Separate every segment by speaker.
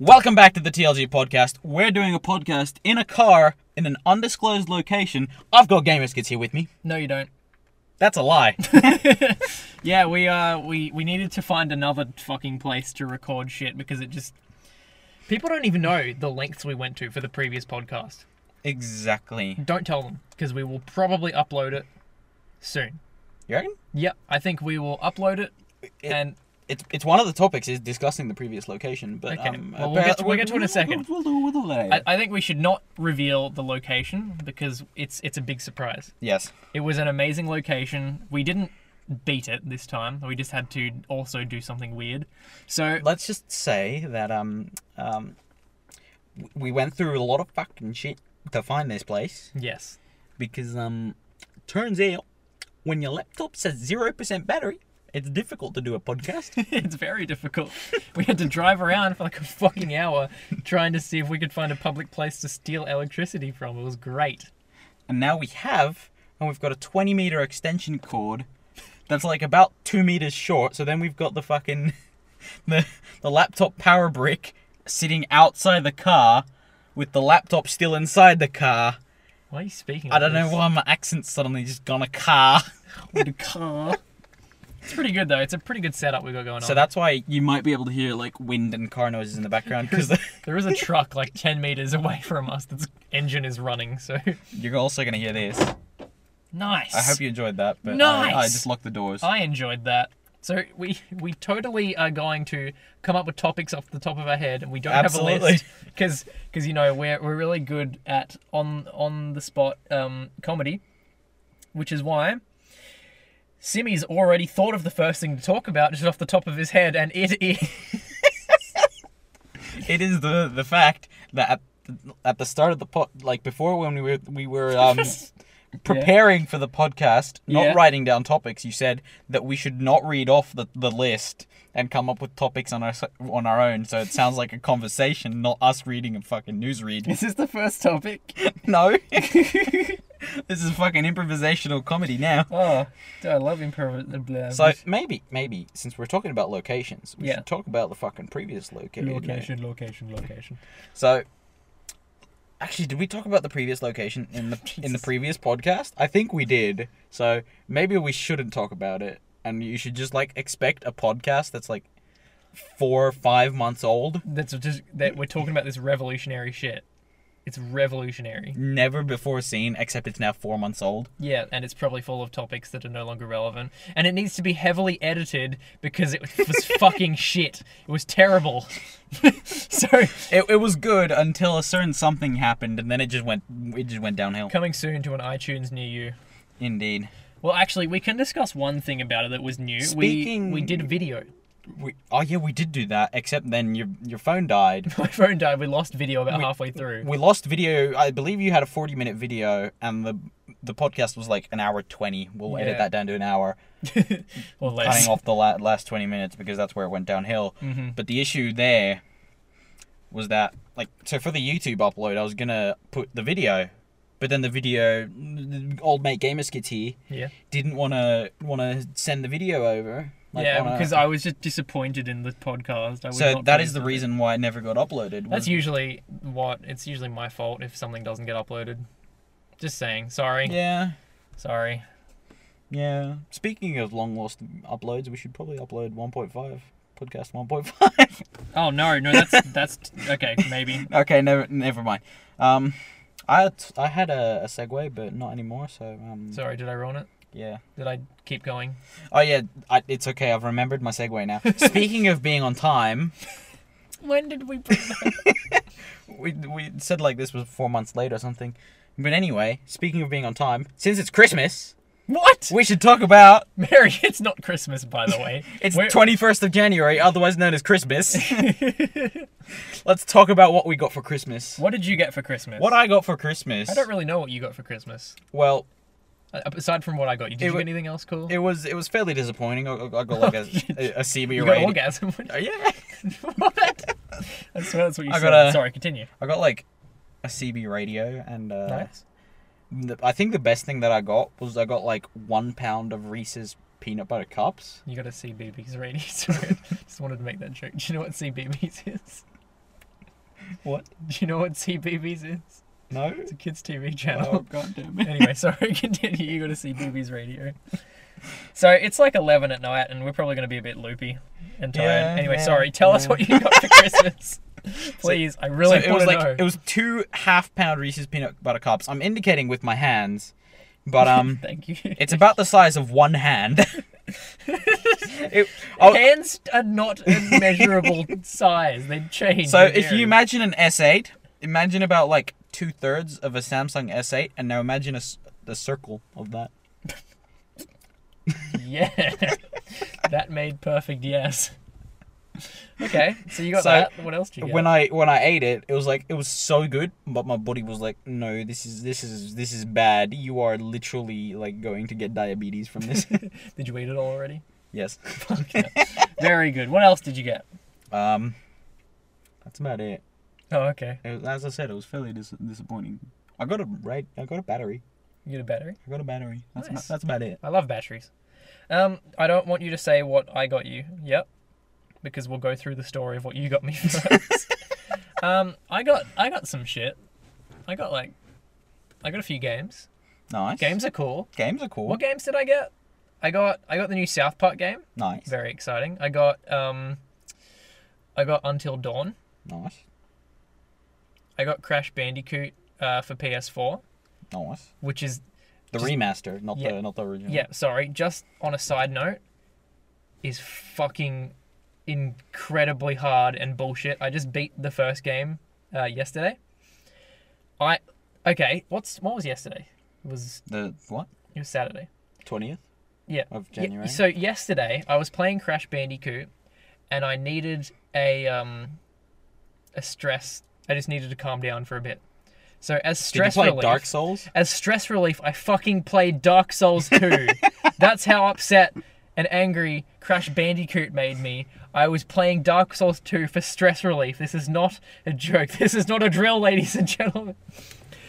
Speaker 1: Welcome back to the TLG podcast. We're doing a podcast in a car in an undisclosed location. I've got Gamers Kids here with me.
Speaker 2: No, you don't.
Speaker 1: That's a lie.
Speaker 2: Yeah, we uh we we needed to find another fucking place to record shit because it just people don't even know the lengths we went to for the previous podcast.
Speaker 1: exactly.
Speaker 2: Don't tell them because we will probably upload it soon.
Speaker 1: You reckon?
Speaker 2: Yep, I think we will upload it and
Speaker 1: It's, it's one of the topics is discussing the previous location, but
Speaker 2: Okay.
Speaker 1: um,
Speaker 2: Well, we'll get to- we'll get to it in a second.
Speaker 1: We'll, we'll, we'll do it
Speaker 2: I,
Speaker 1: later.
Speaker 2: I think we should not reveal the location because it's it's a big surprise.
Speaker 1: yes,
Speaker 2: It was an amazing location. We didn't beat it this time. We just had to also do something weird. So
Speaker 1: let's just say that um um w- we went through a lot of fucking shit to find this place
Speaker 2: yes,
Speaker 1: because um turns out when your laptop says zero percent battery, it's difficult to do a podcast.
Speaker 2: it's very difficult. We had to drive around for like a fucking hour trying to see if we could find a public place to steal electricity from. It was great.
Speaker 1: and now we have, and we've got a 20 meter extension cord that's like about two meters short. So then we've got the fucking the the laptop power brick sitting outside the car with the laptop still inside the car.
Speaker 2: Why are you speaking?
Speaker 1: I don't know
Speaker 2: like
Speaker 1: why my accent's suddenly just gone a car.
Speaker 2: this? car. It's pretty good though. It's a pretty good setup we got going on.
Speaker 1: So that's why you might be able to hear like wind and car noises in the background because
Speaker 2: there is a truck like ten meters away from us. That's engine is running. So
Speaker 1: you're also gonna hear this.
Speaker 2: nice.
Speaker 1: I hope you enjoyed that. But I- I,
Speaker 2: Nice.
Speaker 1: just locked the doors.
Speaker 2: I enjoyed that. So we we totally are going to come up with topics off the top of our head, and we don't have a
Speaker 1: Absolutely.
Speaker 2: list because you know we're we're really good at on on the spot um, comedy, which is why Simi's already thought of the first thing to talk about just off the top of his head, and it is
Speaker 1: it is the the fact that at, at the start of the pod, like before when we were we were um preparing for the podcast, not
Speaker 2: Yeah.
Speaker 1: writing down topics, you said that we should not read off the, the list and come up with topics on our s- on our own. So it sounds like a conversation, not us reading a fucking newsread.
Speaker 2: this is the first topic.
Speaker 1: no. This is fucking improvisational comedy now.
Speaker 2: Oh, dude, I love improv. uh,
Speaker 1: So maybe, maybe since we're talking about locations, we
Speaker 2: Yeah.
Speaker 1: should talk about the fucking previous location.
Speaker 2: location, location, location.
Speaker 1: So, actually, did we talk about the previous location in the in the
Speaker 2: Jesus.
Speaker 1: previous podcast? I think we did. So maybe we shouldn't talk about it, and you should just like expect a podcast that's like four or five months old.
Speaker 2: That's just that we're talking about this revolutionary shit. It's revolutionary.
Speaker 1: Never before seen, except it's now four months old.
Speaker 2: Yeah, and it's probably full of topics that are no longer relevant. And it needs to be heavily edited because it was fucking shit. It was terrible. so,
Speaker 1: It, it was good until a certain something happened, and then it just went it just went downhill.
Speaker 2: coming soon to an iTunes near you.
Speaker 1: Indeed,
Speaker 2: Well, actually, we can discuss one thing about it that was new.
Speaker 1: Speaking-
Speaker 2: We, we did a video.
Speaker 1: we, oh yeah, we did do that. Except then your your phone died.
Speaker 2: My phone died. We lost video about halfway through.
Speaker 1: we lost video. I believe you had a forty-minute video, and the the podcast was like an hour twenty. We'll edit
Speaker 2: Yeah.
Speaker 1: that down to an hour,
Speaker 2: or less.
Speaker 1: cutting off the la- last twenty minutes because that's where it went downhill.
Speaker 2: Mm-hmm.
Speaker 1: But the issue there was that, like, so for the YouTube upload, I was gonna put the video, but then the video, old mate Gamerskits here
Speaker 2: Yeah.
Speaker 1: didn't wanna wanna send the video over. like,
Speaker 2: yeah,
Speaker 1: on a-
Speaker 2: because I was just disappointed in the podcast. I was
Speaker 1: so
Speaker 2: not
Speaker 1: that is
Speaker 2: pleased
Speaker 1: the
Speaker 2: with it.
Speaker 1: reason why it never got uploaded.
Speaker 2: That's
Speaker 1: was-
Speaker 2: usually what. It's usually my fault if something doesn't get uploaded. Just saying. Sorry.
Speaker 1: Yeah.
Speaker 2: Sorry.
Speaker 1: Yeah. Speaking of long lost uploads, we should probably upload 1.5 podcast 1.5.
Speaker 2: Oh no, no, that's that's okay. Maybe
Speaker 1: okay, never never mind. Um, I had, I had a, a segue, but not anymore. So um,
Speaker 2: sorry, did I ruin it?
Speaker 1: yeah.
Speaker 2: Did I keep going?
Speaker 1: Oh yeah, I, it's okay. I've remembered my segue now. Speaking of being on time,
Speaker 2: When did we? Bring that?
Speaker 1: we we said like this was four months late or something. But anyway, speaking of being on time, since it's Christmas,
Speaker 2: what?
Speaker 1: we should talk about
Speaker 2: Mary, it's not Christmas, by the way.
Speaker 1: it's
Speaker 2: We're-
Speaker 1: twenty first of January, otherwise known as Christmas. Let's talk about what we got for Christmas.
Speaker 2: What did you get for Christmas?
Speaker 1: What I got for Christmas?
Speaker 2: I don't really know what you got for Christmas.
Speaker 1: well,
Speaker 2: Uh, Aside from what I got, you did
Speaker 1: It
Speaker 2: you
Speaker 1: wa-
Speaker 2: get anything else cool?
Speaker 1: it was it was fairly disappointing. I, I I got like a, a, a CB
Speaker 2: you got
Speaker 1: rating.
Speaker 2: orgasm.
Speaker 1: Uh, yeah,
Speaker 2: what? I swear that's what you
Speaker 1: I
Speaker 2: said.
Speaker 1: got a-
Speaker 2: Sorry, continue.
Speaker 1: I got like a CB radio, and uh,
Speaker 2: Nice.
Speaker 1: the, I think the best thing that I got was I got like one pound of Reese's peanut butter cups.
Speaker 2: You got a CBBS rating. Sorry, just wanted to make that joke. Do you know what CBBS is?
Speaker 1: What?
Speaker 2: Do you know what CBeebies is?
Speaker 1: No?
Speaker 2: It's a kids' TV
Speaker 1: Oh,
Speaker 2: channel.
Speaker 1: god damn it.
Speaker 2: anyway, sorry, continue. You got to see Boobies Radio. So it's like 11 at night, and we're probably going to be a bit loopy and tired.
Speaker 1: Yeah,
Speaker 2: anyway,
Speaker 1: yeah,
Speaker 2: sorry. Tell us
Speaker 1: yeah.
Speaker 2: what you got for Christmas. Please, I
Speaker 1: So
Speaker 2: really
Speaker 1: it
Speaker 2: want
Speaker 1: was
Speaker 2: to
Speaker 1: like
Speaker 2: know.
Speaker 1: it was two half pound Reese's peanut butter cups. I'm indicating with my hands, but um,
Speaker 2: Thank you.
Speaker 1: it's about the size of one hand. It- oh,
Speaker 2: Hands are not a measurable size. They change.
Speaker 1: so
Speaker 2: they
Speaker 1: if
Speaker 2: vary.
Speaker 1: you imagine an S8, imagine about like two thirds of a Samsung S8, and now imagine a s- the circle of that.
Speaker 2: yeah, that made perfect yes. Okay, so you got
Speaker 1: So,
Speaker 2: that. What else do you get?
Speaker 1: When I when I ate it, it was like it was so good, but my body was like, no, this is this is this is bad. You are literally like going to get diabetes from this.
Speaker 2: Did you eat it all already?
Speaker 1: yes.
Speaker 2: Okay. Very good. What else did you get?
Speaker 1: Um, that's about it.
Speaker 2: Oh, okay.
Speaker 1: It was- as I said, it was fairly dis- disappointing. I got a right. I got a battery.
Speaker 2: You get a battery.
Speaker 1: I got a battery. That's
Speaker 2: Nice.
Speaker 1: about, that's about it.
Speaker 2: I love batteries. Um, I don't want you to say what I got you. Yep, because we'll go through the story of what you got me first. um, I got I got some shit. I got like, I got a few games.
Speaker 1: Nice.
Speaker 2: Games are cool.
Speaker 1: Games are cool.
Speaker 2: What games did I get? I got I got the new South Park game.
Speaker 1: Nice.
Speaker 2: Very exciting. I got um, I got Until Dawn.
Speaker 1: Nice.
Speaker 2: I got Crash Bandicoot uh, for PS4,
Speaker 1: Nice.
Speaker 2: which is
Speaker 1: The
Speaker 2: Just-
Speaker 1: remaster, not
Speaker 2: yeah.
Speaker 1: the not the original.
Speaker 2: yeah. Sorry, just on a side note, is fucking incredibly hard and bullshit. I just beat the first game uh, yesterday. I okay. What's what was yesterday? It was
Speaker 1: The what?
Speaker 2: it was Saturday.
Speaker 1: Twentieth
Speaker 2: Yeah.
Speaker 1: of
Speaker 2: Ye-
Speaker 1: January.
Speaker 2: so yesterday I was playing Crash Bandicoot, and I needed a um, a stress. I just needed to calm down for a bit. So as
Speaker 1: Did you
Speaker 2: stress
Speaker 1: play
Speaker 2: relief,
Speaker 1: Dark Souls?
Speaker 2: as stress relief, I fucking played Dark Souls two. That's how upset and angry Crash Bandicoot made me. I was playing Dark Souls two for stress relief. This is not a joke. This is not a drill, ladies and gentlemen.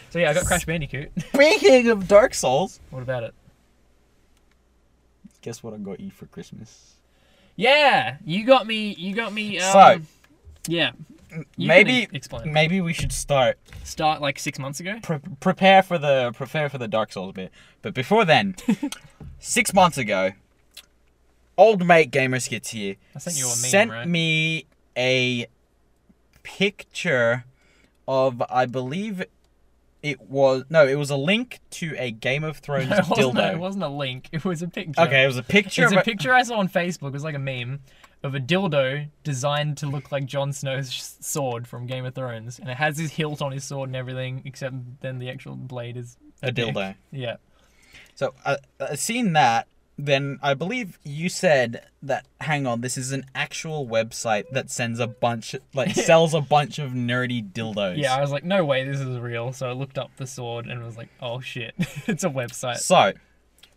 Speaker 2: So yeah, I got Crash Bandicoot.
Speaker 1: Speaking of Dark Souls,
Speaker 2: what about it?
Speaker 1: guess what I got you for Christmas?
Speaker 2: Yeah, you got me. You got me. Um,
Speaker 1: So-
Speaker 2: yeah, You
Speaker 1: maybe
Speaker 2: can e- explain.
Speaker 1: Maybe we should start
Speaker 2: Start like six months ago.
Speaker 1: pre- prepare for the prepare for the Dark Souls bit. But before then, six months ago, old mate Gamerskits here
Speaker 2: I sent you a meme,
Speaker 1: sent
Speaker 2: right?
Speaker 1: me a picture of I believe it was no, it was a link to a Game of Thrones
Speaker 2: It wasn't, a,
Speaker 1: dildo.
Speaker 2: it wasn't a link. It was a picture.
Speaker 1: okay, it was a picture.
Speaker 2: It's
Speaker 1: of
Speaker 2: a picture I saw on Facebook. It was like a meme of a dildo designed to look like Jon Snow's sh- sword from Game of Thrones, and it has his hilt on his sword and everything, except then the actual blade is
Speaker 1: A
Speaker 2: dick.
Speaker 1: dildo.
Speaker 2: Yeah.
Speaker 1: So I, I seen that. Then I believe you said that. Hang on, this is an actual website that sends a bunch, like sells a bunch of nerdy dildos.
Speaker 2: Yeah. I was like, no way, this is real. So I looked up the sword and was like, oh shit, it's a website.
Speaker 1: So,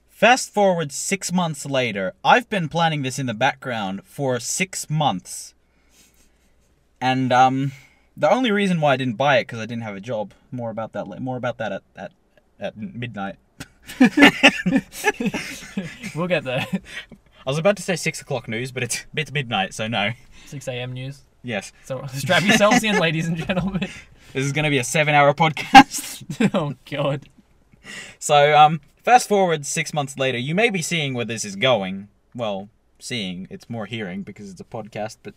Speaker 1: fast forward six months later, I've been planning this in the background for six months, and um, the only reason why I didn't buy it because I didn't have a job. More about that. la- More about that at at, at midnight.
Speaker 2: We'll get there.
Speaker 1: I was about to say six o'clock news, but it's it's midnight, so no.
Speaker 2: 6 a.m. news.
Speaker 1: Yes,
Speaker 2: So strap yourselves in, ladies and gentlemen.
Speaker 1: this is gonna be a seven-hour podcast.
Speaker 2: oh god.
Speaker 1: So, um, fast forward six months later, you may be seeing where this is going. Well, seeing it's more hearing because it's a podcast, but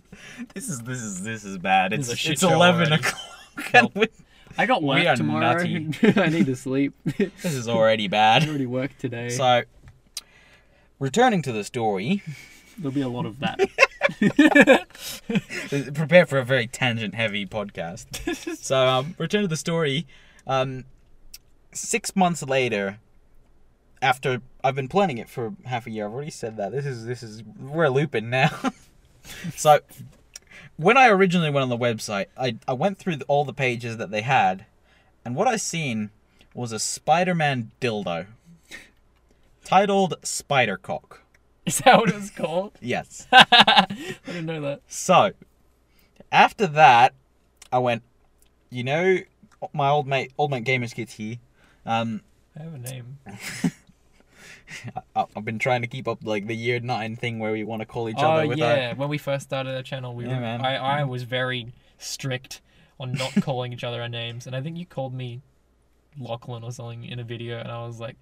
Speaker 1: this is this is this is bad.
Speaker 2: This
Speaker 1: It's
Speaker 2: is a shit
Speaker 1: it's
Speaker 2: show
Speaker 1: eleven
Speaker 2: already.
Speaker 1: o'clock. and we-
Speaker 3: I got work
Speaker 1: We are
Speaker 3: tomorrow.
Speaker 1: nutty.
Speaker 3: I need to sleep. I
Speaker 1: this is already bad.
Speaker 3: already worked today.
Speaker 1: So, returning to the story,
Speaker 3: There'll be a lot of that.
Speaker 1: prepare for a very tangent-heavy podcast. so, um, return to the story. Um, six months later, after I've been planning it for half a year, I've already said that. This is this is we're looping now. so when I originally went on the website, I, I went through the, all the pages that they had, and what I seen was a Spider-Man dildo titled Spidercock.
Speaker 2: Is that what it was called?
Speaker 1: Yes.
Speaker 2: I didn't know that.
Speaker 1: So, after that, I went, you know, my old mate, old mate Gamers Kids here. Um,
Speaker 2: I have a name.
Speaker 1: I- uh, I've been trying to keep up like the year nine thing where we want to call each
Speaker 2: Oh
Speaker 1: other with our
Speaker 2: yeah, when we first started our channel, we
Speaker 1: Yeah,
Speaker 2: were,
Speaker 1: man.
Speaker 2: I I was very strict on not calling each other our names. And I think you called me Lachlan or something in a video, and I was like,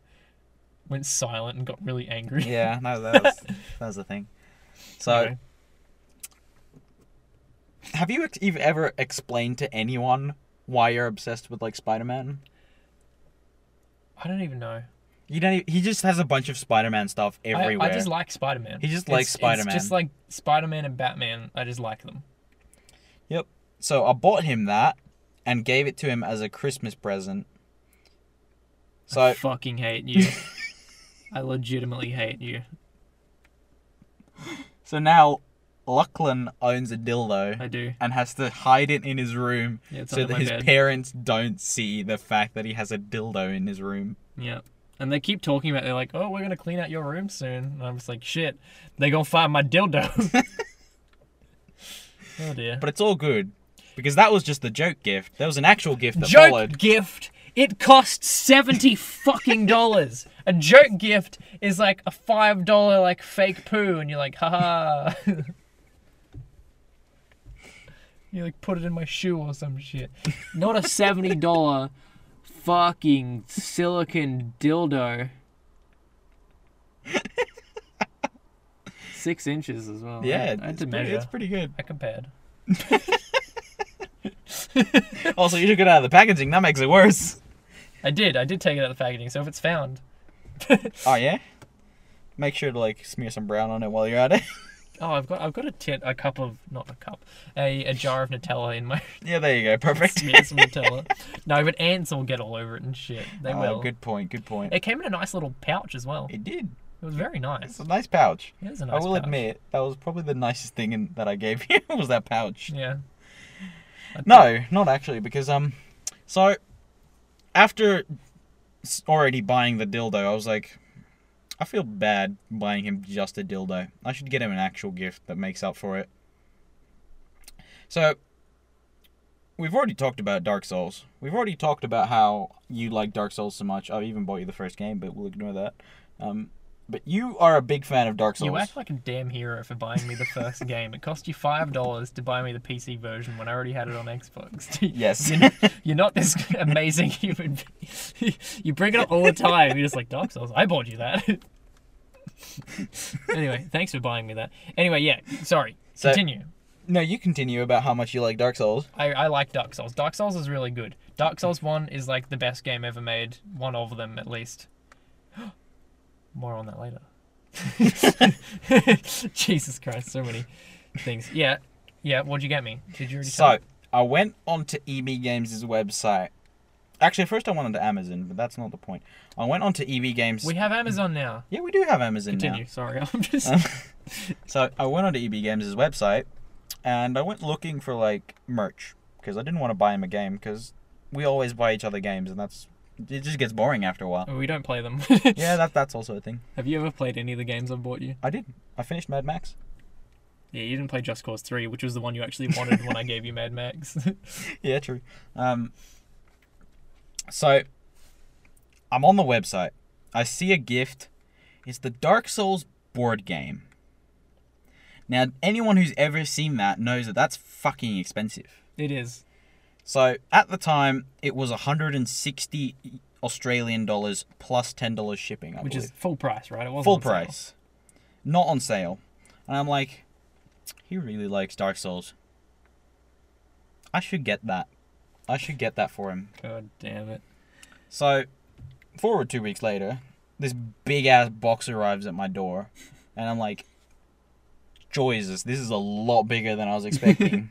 Speaker 2: went silent and got really angry.
Speaker 1: Yeah, no, that was, that was the thing. So,
Speaker 2: Anyway.
Speaker 1: have you ex- you've ever explained to anyone why you're obsessed with like Spider-Man?
Speaker 2: I don't even know.
Speaker 1: You don't. Even, he just has a bunch of Spider-Man stuff
Speaker 2: I-
Speaker 1: everywhere.
Speaker 2: I, just like Spider Man.
Speaker 1: He just likes Spider-Man.
Speaker 2: Just like Spider Man and Batman, I just like them.
Speaker 1: Yep. So I bought him that and gave it to him as a Christmas present. So
Speaker 2: I fucking hate you. I legitimately hate you.
Speaker 1: so now Lachlan owns a dildo
Speaker 2: I do.
Speaker 1: and has to hide it in his room
Speaker 2: Yeah, it's
Speaker 1: so
Speaker 2: under
Speaker 1: that
Speaker 2: my
Speaker 1: his
Speaker 2: bed.
Speaker 1: parents don't see the fact that he has a dildo in his room.
Speaker 2: Yeah. And they keep talking about they're like, oh, we're gonna clean out your room soon. And I'm just like, shit, they gonna find my dildo. oh dear.
Speaker 1: But it's all good because that was just the joke gift. There was an actual gift that
Speaker 2: joke
Speaker 1: followed.
Speaker 2: gift. It costs seventy fucking dollars. A joke gift is like a five dollar like fake poo, and you're like, haha. you like put it in my shoe or some shit.
Speaker 3: Not a seventy dollar fucking silicon dildo. Six inches as well.
Speaker 1: Yeah,
Speaker 3: I, I had
Speaker 1: it's,
Speaker 3: to
Speaker 1: pretty,
Speaker 3: measure.
Speaker 1: it's pretty good.
Speaker 2: I compared.
Speaker 1: Also, you took it out of the packaging. That makes it worse.
Speaker 2: I did. I did take it out of the packaging. So if it's found,
Speaker 1: Oh yeah. Make sure to like smear some brown on it while you're at it.
Speaker 2: oh, I've got I've got a tin, a cup of not a cup, a, a jar of Nutella in my
Speaker 1: yeah, there you go. Perfect.
Speaker 2: smear some Nutella. No, but ants will get all over it and shit. They
Speaker 1: Oh,
Speaker 2: will.
Speaker 1: good point. Good point.
Speaker 2: It came in a nice little pouch as well.
Speaker 1: It did.
Speaker 2: It was very nice.
Speaker 1: It's a nice pouch.
Speaker 2: It was a nice
Speaker 1: I will
Speaker 2: pouch.
Speaker 1: admit that was probably the nicest thing in, that I gave you was that pouch.
Speaker 2: Yeah. I'd
Speaker 1: No, not actually, because um, so after s- already buying the dildo, I was like, I feel bad buying him just a dildo. I should get him an actual gift that makes up for it. So we've already talked about Dark Souls. We've already talked about how you like Dark Souls so much. I even bought you the first game, but we'll ignore that. Um, but you are a big fan of Dark Souls.
Speaker 2: You act like a damn hero for buying me the first game. It cost you five dollars to buy me the PC version when I already had it on Xbox.
Speaker 1: yes.
Speaker 2: You're not this amazing human. being. you bring it up all the time. You're just like Dark Souls. I bought you that. anyway, thanks for buying me that. Anyway, yeah. Sorry.
Speaker 1: So-
Speaker 2: Continue.
Speaker 1: no, you continue about how much you like Dark Souls.
Speaker 2: I, I like Dark Souls. Dark Souls is really good. Dark Souls 1 is like the best game ever made. One of them, at least. More on that later. Jesus Christ, so many things. Yeah. Yeah, what'd you get me? Did you already
Speaker 1: So
Speaker 2: tell
Speaker 1: I went onto EB Games' website. Actually, first I went onto Amazon, but that's not the point. I went onto EB Games.
Speaker 2: We have Amazon now.
Speaker 1: yeah, Uh-huh. we do have Amazon
Speaker 2: Continue. Sorry, I'm just.
Speaker 1: now. so I went onto EB Games' website, and I went looking for like merch because I didn't want to buy him a game because we always buy each other games, and that's it just gets boring after a while.
Speaker 2: we don't play them.
Speaker 1: Yeah, that that's also a thing.
Speaker 2: Have you ever played any of the games I've bought you?
Speaker 1: I did. I finished Mad Max.
Speaker 2: Yeah, you didn't play Just Cause 3, which was the one you actually wanted when I gave you Mad Max.
Speaker 1: yeah, true. Um, so I'm on the website. I see a gift. It's the Dark Souls board game. Now, anyone who's ever seen that knows that that's fucking expensive.
Speaker 2: it is.
Speaker 1: So at the time, it was 160 Australian dollars plus ten dollars shipping, I
Speaker 2: Which
Speaker 1: believe
Speaker 2: is full price, right? It was
Speaker 1: full price, not on sale. And I'm like, he really likes Dark Souls. I should get that. I should get that for him.
Speaker 2: God damn it.
Speaker 1: So, forward two weeks later, this big ass box arrives at my door, and I'm like, Jesus, this is a lot bigger than I was expecting.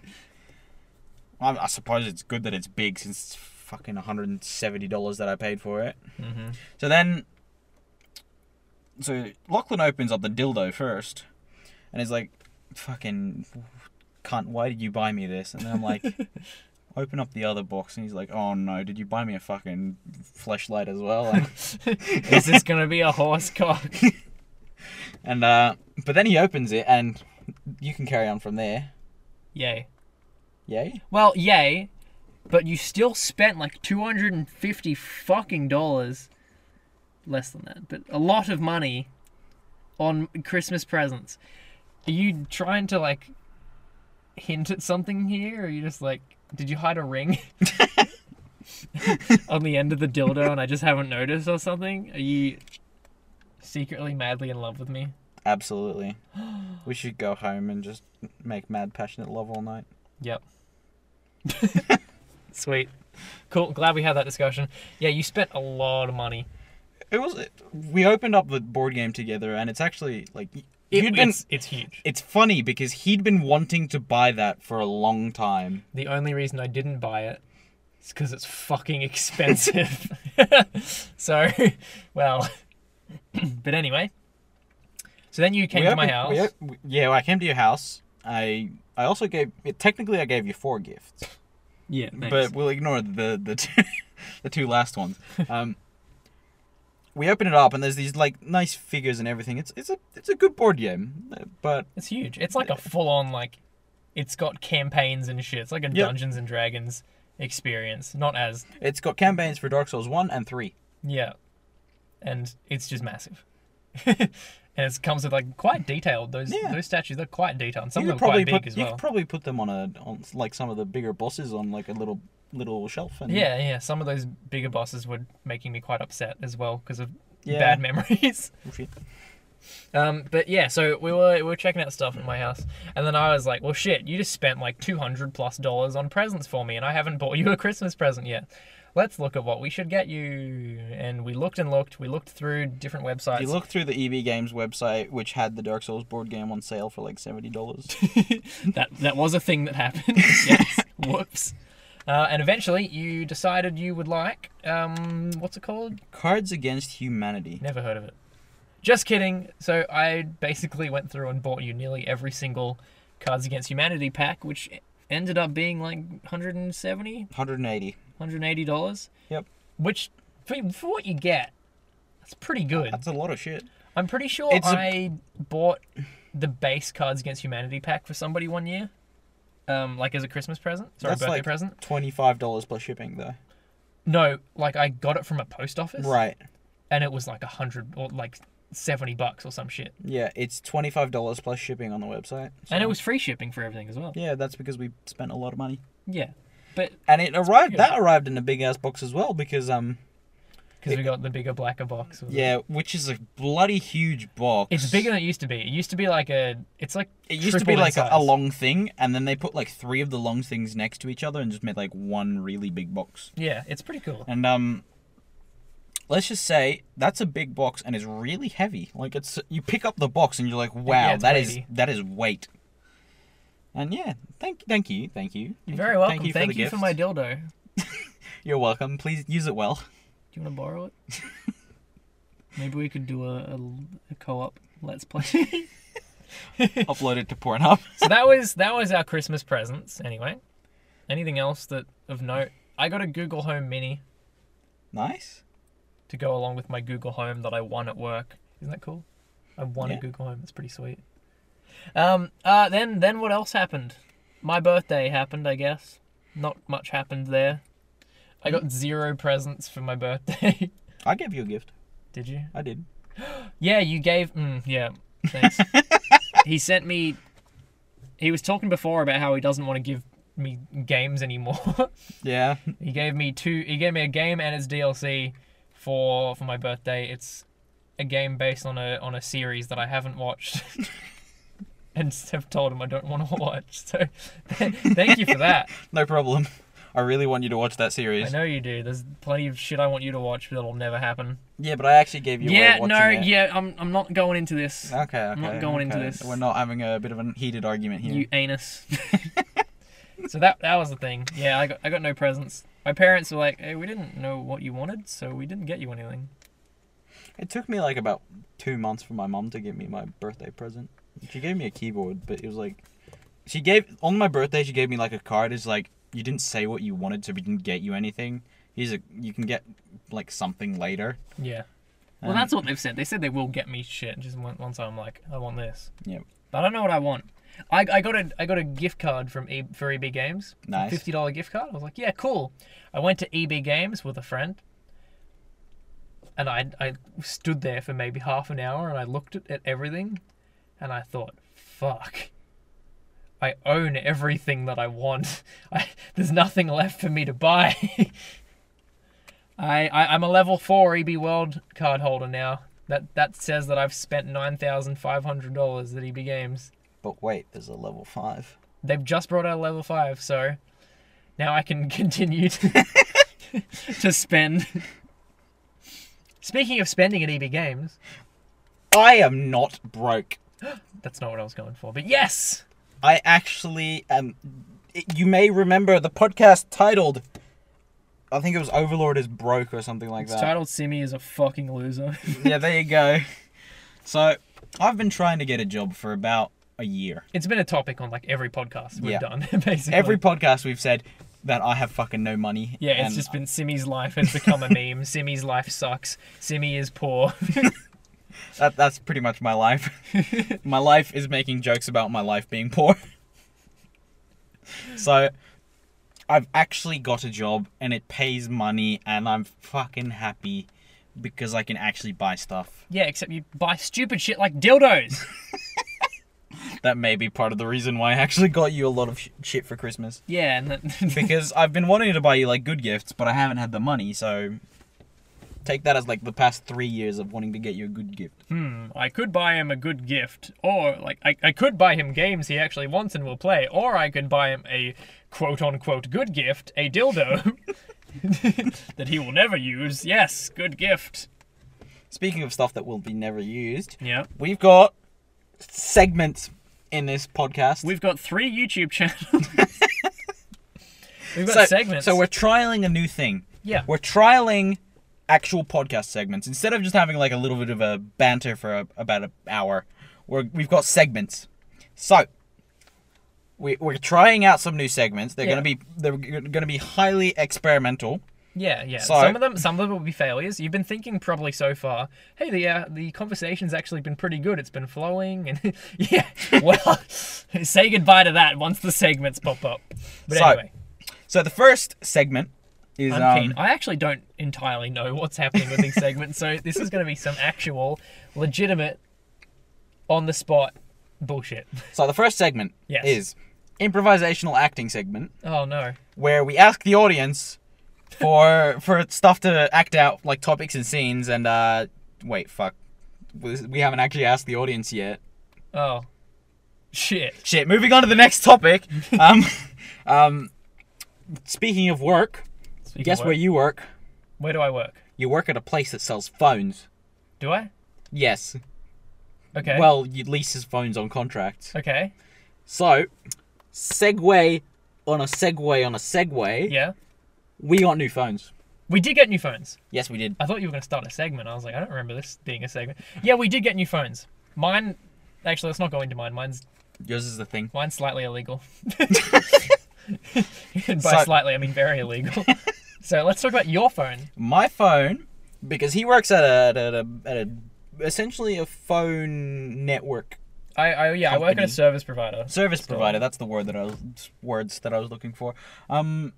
Speaker 1: I, I suppose it's good that it's big since it's fucking $170 that I paid for it.
Speaker 2: hmm
Speaker 1: So then, so Lachlan opens up the dildo first, and he's like, "Fucking cunt, why did you buy me this?" And then I'm like, "Open up the other box," and he's like, "Oh no, did you buy me a fucking fleshlight as well?" And,
Speaker 2: this is gonna be a horse cock.
Speaker 1: and uh, but then he opens it, and you can carry on from there.
Speaker 2: Yay.
Speaker 1: Yay!
Speaker 2: Well, yay, but you still spent like two hundred and fifty fucking dollars. Less than that, but a lot of money on Christmas presents. Are you trying to like hint at something here, or are you just like Did you hide a ring on the end of the dildo and I just haven't noticed or something? Are you secretly madly in love with me?
Speaker 1: Absolutely. we should go home and just make mad passionate love all night.
Speaker 2: Yep. Sweet. Cool. Glad we had that discussion. Yeah, you spent a lot of money.
Speaker 1: It was we opened up the board game together and it's actually like
Speaker 2: It-
Speaker 1: you'd been
Speaker 2: it's, it's huge.
Speaker 1: it's funny because he'd been wanting to buy that for a long time.
Speaker 2: The only reason I didn't buy it is because it's fucking expensive. so, well. but anyway. So then you came
Speaker 1: We
Speaker 2: to my
Speaker 1: opened-
Speaker 2: house.
Speaker 1: we op- we- yeah, I came to your house. I I also gave technically I gave you four gifts,
Speaker 3: Yeah,
Speaker 1: but we'll ignore the the two, the two last ones. Um, we open it up and there's these like nice figures and everything. It's it's a it's a good board game, uh, but
Speaker 2: It's huge. It's like a full on like it's got campaigns and shit. It's like a
Speaker 1: Yep.
Speaker 2: Dungeons and Dragons experience. Not as
Speaker 1: it's got campaigns for Dark Souls one and three.
Speaker 2: yeah. And it's just massive. and it comes with like quite detailed those
Speaker 1: Yeah.
Speaker 2: those statues, they're quite detailed. and Some
Speaker 1: you could
Speaker 2: of them are
Speaker 1: probably
Speaker 2: quite big
Speaker 1: put,
Speaker 2: as
Speaker 1: you
Speaker 2: well.
Speaker 1: could probably put them on a on like some of the bigger bosses on like a little little shelf and
Speaker 2: yeah, yeah. Some of those bigger bosses were making me quite upset as well because of
Speaker 1: Yeah.
Speaker 2: bad memories.
Speaker 1: Shit.
Speaker 2: Um, but yeah, so we were we were checking out stuff at my house, and then I was like, "Well, shit, you just spent like two hundred plus dollars on presents for me, and I haven't bought you a Christmas present yet. Let's look at what we should get you." And we looked and looked. We looked through different websites.
Speaker 1: You look through the EB Games website, which had the Dark Souls board game on sale for like seventy dollars.
Speaker 2: that that was a thing that happened. yes. Whoops. Uh, and eventually, you decided you would like um, what's it called?
Speaker 1: Cards Against Humanity.
Speaker 2: Never heard of it. Just kidding. So I basically went through and bought you nearly every single Cards Against Humanity pack, which ended up being like 170
Speaker 1: Hundred and eighty.
Speaker 2: 180 dollars.
Speaker 1: Yep.
Speaker 2: Which for, for what you get, that's pretty good.
Speaker 1: That's a lot of shit.
Speaker 2: I'm pretty sure
Speaker 1: It's a-
Speaker 2: I bought the base Cards Against Humanity pack for somebody one year. Um, like as a Christmas present, sorry,
Speaker 1: That's
Speaker 2: birthday
Speaker 1: like
Speaker 2: present.
Speaker 1: twenty five dollars plus shipping though.
Speaker 2: No, like I got it from a post office,
Speaker 1: Right.
Speaker 2: And it was like a hundred or like seventy bucks or some shit.
Speaker 1: Yeah, it's twenty five dollars plus shipping on the website.
Speaker 2: And it
Speaker 1: so-
Speaker 2: was free shipping for everything as well.
Speaker 1: Yeah, that's because we spent a lot of money.
Speaker 2: Yeah. But
Speaker 1: And it arrived
Speaker 2: good.
Speaker 1: that arrived in a big ass box as well because um
Speaker 2: because we got the bigger blacker box. with it.
Speaker 1: yeah, which is a bloody huge box.
Speaker 2: It's bigger than it used to be. It used to be like a. It's like.
Speaker 1: It used to
Speaker 2: triple
Speaker 1: be
Speaker 2: in
Speaker 1: like a, a
Speaker 2: size.
Speaker 1: long thing, and then they put like three of the long things next to each other and just made like one really big box.
Speaker 2: Yeah, it's pretty cool.
Speaker 1: And um, let's just say that's a big box and it's really heavy. Like it's you pick up the box and you're like, wow,
Speaker 2: it's
Speaker 1: that is
Speaker 2: weighty.
Speaker 1: that is weight. And yeah, thank thank you, thank you.
Speaker 2: You're
Speaker 1: Thank
Speaker 2: very
Speaker 1: you-
Speaker 2: welcome. Thank you,
Speaker 1: the gift.
Speaker 2: for, my dildo. Do
Speaker 1: You're welcome. Please use it well.
Speaker 2: you want to borrow it? Maybe we could do a, a, a co-op let's play.
Speaker 1: Upload it to Pornhub.
Speaker 2: so that was that was our Christmas presents. Anyway, anything else that of note? I got a Google Home Mini
Speaker 1: Nice.
Speaker 2: to go along with my Google Home that I won at work. Isn't that cool? I won a
Speaker 1: Yeah.
Speaker 2: Google Home. That's pretty sweet. Um. Uh. Then. Then what else happened? My birthday happened, I guess. Not much happened there. I got zero presents for my birthday.
Speaker 1: I gave you a gift.
Speaker 2: Did you?
Speaker 1: I did.
Speaker 2: Yeah, you gave. Mm, yeah. Thanks. he sent me. He was talking before about how he doesn't want to give me games anymore.
Speaker 1: Yeah.
Speaker 2: He gave me two. He gave me a game and its DLC for for my birthday. It's a game based on a on a series that I haven't watched, and have told him I don't want to watch. So, thank you for that.
Speaker 1: No problem. I really want you to watch that
Speaker 2: I
Speaker 1: series.
Speaker 2: know you do. There's plenty of shit I want you to watch that'll never happen.
Speaker 1: Yeah, but I actually gave you. a way
Speaker 2: yeah,
Speaker 1: of
Speaker 2: no,
Speaker 1: watching it.
Speaker 2: yeah. I'm I'm not going into this.
Speaker 1: Okay, okay.
Speaker 2: not going into
Speaker 1: okay.
Speaker 2: this.
Speaker 1: We're not having a bit of a heated argument here.
Speaker 2: You anus. so that that was the thing. Yeah, I got I got no presents. My parents were like, "Hey, we didn't know what you wanted, so we didn't get you anything."
Speaker 1: It took me like about two months for my mom to give me my birthday present. She gave me a keyboard, but it was like, she gave on my birthday. She gave me like a card. It's like you didn't say what you wanted, so we didn't get you anything. Here's a you can get like something later.
Speaker 2: Yeah. Well,
Speaker 1: Um,
Speaker 2: that's what they've said. They said they will get me shit. Just one- once I'm like, I want this,
Speaker 1: yeah.
Speaker 2: but I don't know what I want. I, I got a I got a gift card from e, for EB Games.
Speaker 1: Nice.
Speaker 2: Fifty dollar gift card. I was like, yeah, cool. I went to EB Games with a friend, and I I stood there for maybe half an hour, and I looked at, at everything, and I thought, fuck. I own everything that I want. I, there's nothing left for me to buy. I, I I'm a level four EB World card holder now. That that says that I've spent nine thousand five hundred dollars at EB Games.
Speaker 1: But wait, there's a level five.
Speaker 2: They've just brought out level five, so now I can continue to, to spend. Speaking of spending at EB Games,
Speaker 1: I am not broke.
Speaker 2: that's not what I was going for. But yes,
Speaker 1: I actually um, it- you may remember the podcast titled, I think it was Overlord is broke or something like
Speaker 2: it's
Speaker 1: that.
Speaker 2: titled Simi is a fucking loser.
Speaker 1: yeah, there you go. So I've been trying to get a job for about a year.
Speaker 2: it's been a topic on like every podcast we've
Speaker 1: Yeah.
Speaker 2: done, basically.
Speaker 1: Every podcast we've said that I have fucking no money.
Speaker 2: yeah, it's
Speaker 1: and
Speaker 2: just been Simi's life. It's become a meme. Simi's life sucks. Simi is poor.
Speaker 1: that, that's pretty much my life. my life is making jokes about my life being poor. so I've actually got a job and it pays money and I'm fucking happy because I can actually buy stuff.
Speaker 2: yeah, except you buy stupid shit like dildos.
Speaker 1: That may be part of the reason why I actually got you a lot of sh- shit for Christmas
Speaker 2: yeah, and that,
Speaker 1: because I've been wanting to buy you like good gifts, but I haven't had the money, so take that as like the past 3 years of wanting to get you a good gift.
Speaker 2: hmm, I could buy him a good gift, or like I, I could buy him games he actually wants and will play, or I could buy him a quote unquote good gift, a dildo that he will never use. Yes, good gift.
Speaker 1: Speaking of stuff that will be never used,
Speaker 2: Yeah.
Speaker 1: We've got segments in this podcast.
Speaker 2: We've got three YouTube channels. We've got
Speaker 1: so,
Speaker 2: segments.
Speaker 1: So we're trialing a new thing.
Speaker 2: yeah.
Speaker 1: We're trialing actual podcast segments instead of just having like a little bit of a banter for a, about an hour. We're, we've got segments. So we, we're trying out some new segments. They're
Speaker 2: Yeah.
Speaker 1: gonna be they're gonna be highly experimental.
Speaker 2: Yeah, yeah.
Speaker 1: So-
Speaker 2: some of them, some of them will be failures. You've been thinking probably so far. Hey, the uh, the conversation's actually been pretty good. It's been flowing, and yeah. Well, say goodbye to that once the segments pop up. But
Speaker 1: So,
Speaker 2: anyway,
Speaker 1: So the first segment is
Speaker 2: I'm keen.
Speaker 1: um,
Speaker 2: I actually don't entirely know what's happening with these segments, so this is going to be some actual, legitimate, on the spot bullshit.
Speaker 1: so the first segment
Speaker 2: Yes.
Speaker 1: is improvisational acting segment.
Speaker 2: Oh no.
Speaker 1: where we ask the audience for for stuff to act out like topics and scenes and uh wait fuck we we haven't actually asked the audience yet
Speaker 2: Oh. Shit.
Speaker 1: shit moving on to the next topic um um speaking of work
Speaker 2: Speaking
Speaker 1: guess
Speaker 2: of
Speaker 1: where
Speaker 2: work,
Speaker 1: you work
Speaker 2: where do I work?
Speaker 1: you work at a place that sells phones
Speaker 2: Do I?
Speaker 1: yes
Speaker 2: Okay.
Speaker 1: well you leases phones on contract
Speaker 2: Okay.
Speaker 1: so segue on a segue on a segue
Speaker 2: Yeah.
Speaker 1: we got new phones
Speaker 2: We did get new phones.
Speaker 1: yes we did
Speaker 2: I thought you were going to start a segment. I was like, I don't remember this being a segment. Yeah, we did get new phones. Mine, actually, let's not go into mine. Mine's
Speaker 1: yours is the thing
Speaker 2: mine's slightly illegal. and by
Speaker 1: So-
Speaker 2: slightly, I mean very illegal. so let's talk about your phone.
Speaker 1: my phone because he works at a, at a, at a essentially a phone network
Speaker 2: I, I yeah, I work at
Speaker 1: Company.
Speaker 2: a service provider.
Speaker 1: service
Speaker 2: Store.
Speaker 1: provider. That's the word that I was words that I was looking for. Um,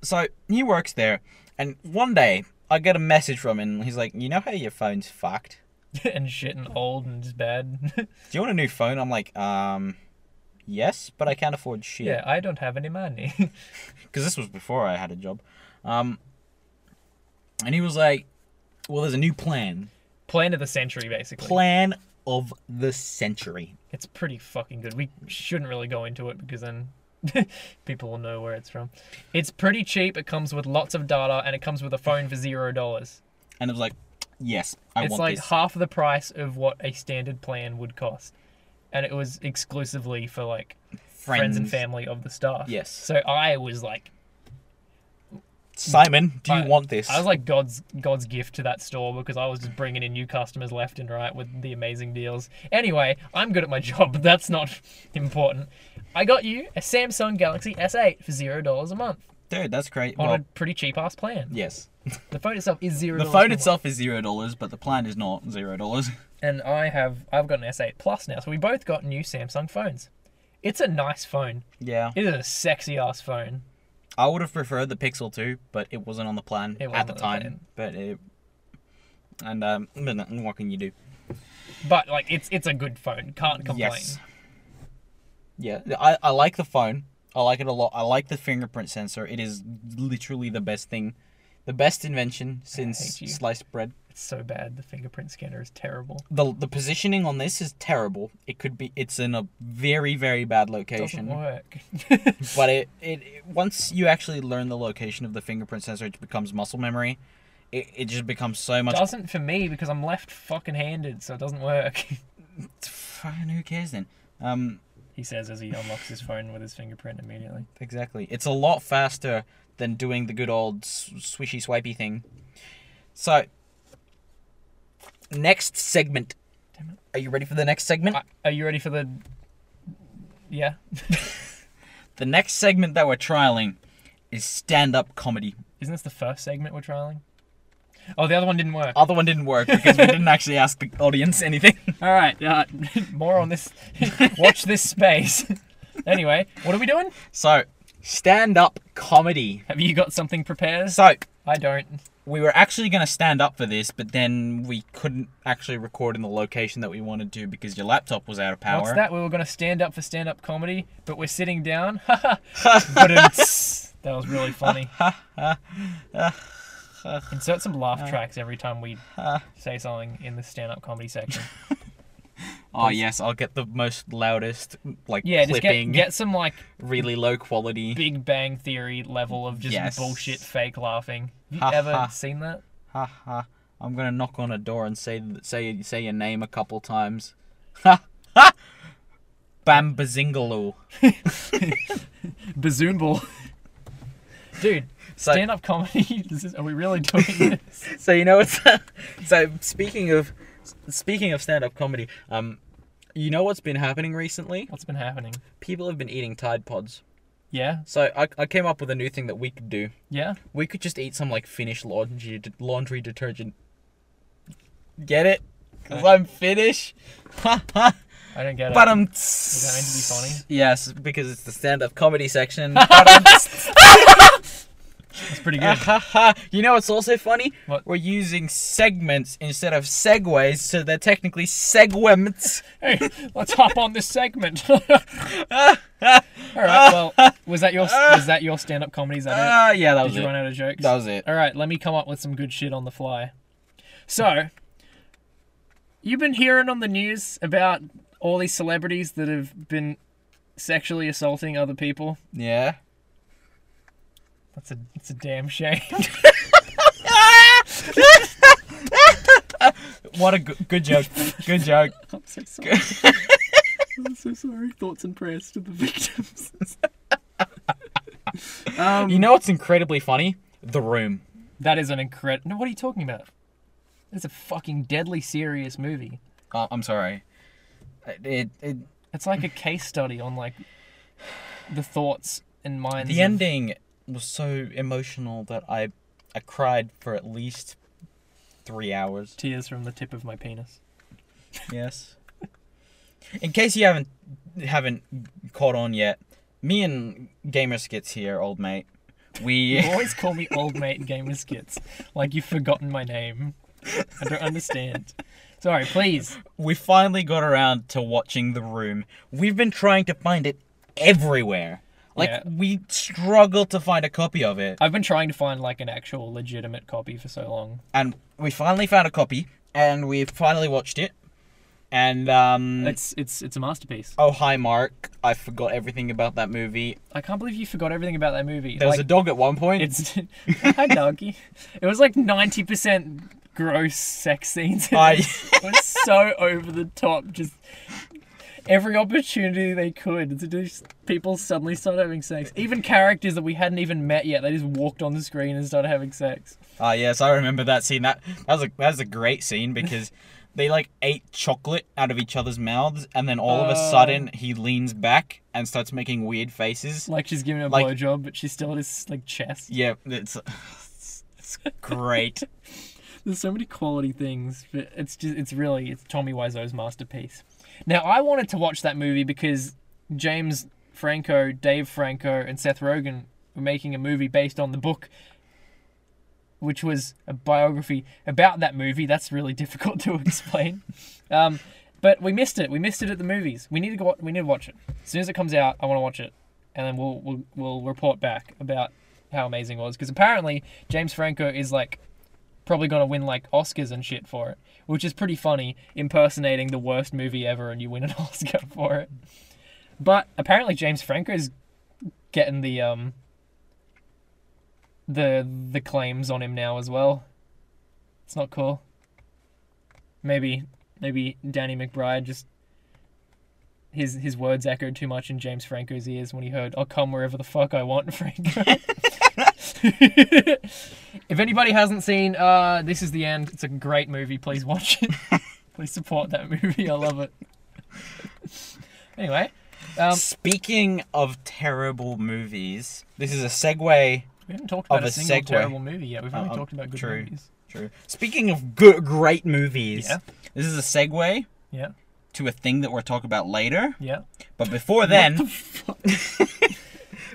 Speaker 1: so he works there, and one day I get a message from him. He's like, "You know how your phone's fucked?
Speaker 2: and shit and old and just bad.
Speaker 1: Do you want a new phone?" I'm like, "Um." Yes, but I can't afford shit.
Speaker 2: yeah, I don't have any money.
Speaker 1: because this was before I had a job. Um, and he was like, "Well, there's a new plan.
Speaker 2: Plan of the century, basically.
Speaker 1: Plan of the century.
Speaker 2: It's pretty fucking good. We shouldn't really go into it because then people will know where it's from. It's pretty cheap. It comes with lots of data and it comes with a phone for zero dollars.
Speaker 1: And it was like, yes, I
Speaker 2: It's
Speaker 1: want
Speaker 2: like
Speaker 1: this.
Speaker 2: half the price of what a standard plan would cost. And it was exclusively for like friends, and family of the staff.
Speaker 1: Yes.
Speaker 2: So I was like
Speaker 1: Simon, do you
Speaker 2: I-
Speaker 1: want this?
Speaker 2: I was like God's God's gift to that store because I was just bringing in new customers left and right with the amazing deals. Anyway, I'm good at my job, but that's not important. I got you a Samsung Galaxy S8 for zero dollars a month
Speaker 1: Dude, that's great.
Speaker 2: on
Speaker 1: Well,
Speaker 2: a pretty cheap ass plan.
Speaker 1: yes.
Speaker 2: The phone itself is zero.
Speaker 1: The
Speaker 2: dollars
Speaker 1: phone
Speaker 2: per
Speaker 1: itself is zero dollars, but the plan is not zero dollars.
Speaker 2: month. and I have I've got an S8 Plus now, so we both got new Samsung phones. It's a nice phone.
Speaker 1: Yeah.
Speaker 2: It is a sexy ass phone.
Speaker 1: I would have preferred the Pixel 2, but it wasn't on the plan
Speaker 2: It wasn't
Speaker 1: at the
Speaker 2: on the
Speaker 1: time.
Speaker 2: plan.
Speaker 1: But it. And um, what can you do?
Speaker 2: But like it's it's a good phone. Can't complain.
Speaker 1: Yes. Yeah, I, I like the phone. I like it a lot. I like the fingerprint sensor. It is literally the best thing, the best invention since
Speaker 2: you.
Speaker 1: sliced bread.
Speaker 2: It's so bad. The fingerprint scanner is terrible.
Speaker 1: The the positioning on this is terrible. It could be it's in a very very bad
Speaker 2: It
Speaker 1: location.
Speaker 2: doesn't work.
Speaker 1: But it, it it once you actually learn the location of the fingerprint sensor, it becomes muscle memory. It, it just becomes so much.
Speaker 2: doesn't for me because I'm left fucking handed, so it doesn't work.
Speaker 1: Fucking who cares then? Um,
Speaker 2: he says as he unlocks his phone with his fingerprint immediately.
Speaker 1: Exactly. It's a lot faster than doing the good old s- swishy swipey thing. So, next segment.
Speaker 2: Damn it.
Speaker 1: Are you ready for the next segment?
Speaker 2: I- Uh, are you ready for the? Yeah.
Speaker 1: the next segment that we're trialing is stand up comedy.
Speaker 2: Isn't this the first segment we're trialing? Oh, the other one didn't work.
Speaker 1: Other one didn't work because we didn't actually ask the audience anything.
Speaker 3: All right. Uh,
Speaker 2: More on this. Watch this space. anyway, what are we doing?
Speaker 1: So, stand up comedy.
Speaker 2: Have you got something prepared?
Speaker 1: So,
Speaker 2: I don't.
Speaker 1: we were actually going to stand up for this, but then we couldn't actually record in the location that we wanted to because your laptop was out of power.
Speaker 2: What's that? We were going to stand up for stand up comedy, but we're sitting down. that was really funny. Insert some
Speaker 1: Uh.
Speaker 2: laugh tracks every time we say something in the stand up comedy section.
Speaker 1: Oh yes, I'll get the most loudest like
Speaker 2: Yeah, just get,
Speaker 1: clipping,
Speaker 2: get some like
Speaker 1: really low quality.
Speaker 2: Big Bang Theory level of just
Speaker 1: Yes.
Speaker 2: bullshit fake laughing.
Speaker 1: Ha,
Speaker 2: Have you ever
Speaker 1: ha.
Speaker 2: seen that?
Speaker 1: ha ha. I'm gonna knock on a door and say say say your name a couple times. Ha ha. Bambazingaloo.
Speaker 3: Bazoonball.
Speaker 2: Dude,
Speaker 1: So-
Speaker 2: stand up comedy. This is, are we really doing this?
Speaker 1: So you know what's so speaking of speaking of stand up comedy, um, you know what's been happening recently?
Speaker 2: What's been happening?
Speaker 1: People have been eating Tide Pods.
Speaker 2: Yeah,
Speaker 1: So I, I came up with a new thing that we could do.
Speaker 2: yeah.
Speaker 1: We could just eat some like Finnish laundry laundry detergent. Get it? Cause I'm Finnish. Ha ha.
Speaker 2: I don't get it.
Speaker 1: But um.
Speaker 2: Is that meant to be funny?
Speaker 1: Yes, because it's the stand-up comedy section. Ba-dum-ts.
Speaker 2: It's pretty
Speaker 1: Ah,
Speaker 2: good.
Speaker 1: ha, ha. you know what's also funny?
Speaker 2: What?
Speaker 1: We're using segments instead of segues, so they're technically segwemts.
Speaker 2: hey, let's hop on this segment. All right. Well, was that your was that your stand up comedy? Is that
Speaker 1: Ah, yeah, that
Speaker 2: it?
Speaker 1: was
Speaker 2: Did you
Speaker 1: it.
Speaker 2: run out of jokes?
Speaker 1: That was it.
Speaker 2: All right. Let me come up with some good shit on the fly. So, you've been hearing on the news about all these celebrities that have been sexually assaulting other people.
Speaker 1: Yeah.
Speaker 2: That's a that's a damn shame.
Speaker 1: What a good, good joke. good joke.
Speaker 2: I'm so sorry.
Speaker 3: I'm so sorry. Thoughts and prayers to the victims. um,
Speaker 1: You know what's incredibly funny? The Room.
Speaker 2: That is an incredible. No, what are you talking about? It's a fucking deadly serious movie.
Speaker 1: Uh, I'm sorry. It, it,
Speaker 2: It's like a case study on like the thoughts and minds.
Speaker 1: the
Speaker 2: of-
Speaker 1: ending was so emotional that I, I cried for at least three hours.
Speaker 2: Tears from the tip of my penis.
Speaker 1: Yes. In case you haven't haven't caught on yet, me and Gamer Skits here, old mate. We
Speaker 2: You always call me old mate in gamer skits. Like you've forgotten my name. I don't understand. Sorry, please.
Speaker 1: we finally got around to watching The Room. We've been trying to find it everywhere. Like
Speaker 2: Yeah.
Speaker 1: we struggle to find a copy of it,
Speaker 2: I've been trying to find like an actual legitimate copy for so long.
Speaker 1: and we finally found a copy, and we finally watched it. And um,
Speaker 3: it's it's it's a masterpiece.
Speaker 1: oh hi Mark, I forgot everything about that movie.
Speaker 2: I can't believe you forgot everything about that movie.
Speaker 1: There was
Speaker 2: Like,
Speaker 1: a dog at one point.
Speaker 2: It's hi doggy. It was like ninety percent gross sex scenes. in
Speaker 1: I-
Speaker 2: it. it was so over the top. Just every opportunity they could to just people suddenly start having sex. Even characters that we hadn't even met yet, they just walked on the screen and started having sex.
Speaker 1: Ah yes, I remember that scene. That that was a that was a great scene because they like ate chocolate out of each other's mouths, and then all of a
Speaker 2: Oh.
Speaker 1: sudden he leans back and starts making weird faces.
Speaker 2: Like she's giving a
Speaker 1: Like-
Speaker 2: blowjob, but she's still at his like chest.
Speaker 1: Yeah, it's it's great.
Speaker 2: There's so many quality things, but it's just it's really it's Tommy Wiseau's masterpiece. Now I wanted to watch that movie because James Franco, Dave Franco, and Seth Rogen were making a movie based on the book, which was a biography about that movie. That's really difficult to explain. um, But we missed it. We missed it at the movies. We need to go. We need to watch it as soon as it comes out. I want to watch it, and then we'll we'll, we'll report back about how amazing it was. Because apparently James Franco is like probably gonna win like Oscars and shit for it, which is pretty funny. Impersonating the worst movie ever, and you win an Oscar for it. But apparently James Franco is getting the um the the claims on him now as well. It's not cool. Maybe maybe Danny McBride just his his words echoed too much in James Franco's ears when he heard "I'll come wherever the fuck I want, Franco." if anybody hasn't seen uh, "This Is the End," it's a great movie. Please watch it. please support that movie. I love it. anyway, um,
Speaker 1: Speaking of terrible movies, this is a segue.
Speaker 2: we haven't talked
Speaker 1: Of
Speaker 2: about
Speaker 1: a
Speaker 2: a single
Speaker 1: segue.
Speaker 2: terrible movie yet. We've only
Speaker 1: Oh,
Speaker 2: talked about good
Speaker 1: true.
Speaker 2: movies.
Speaker 1: True. Speaking of good, great movies,
Speaker 2: Yeah.
Speaker 1: this is a segue
Speaker 2: Yeah,
Speaker 1: to a thing that we'll talk about later.
Speaker 2: yeah.
Speaker 1: But before then,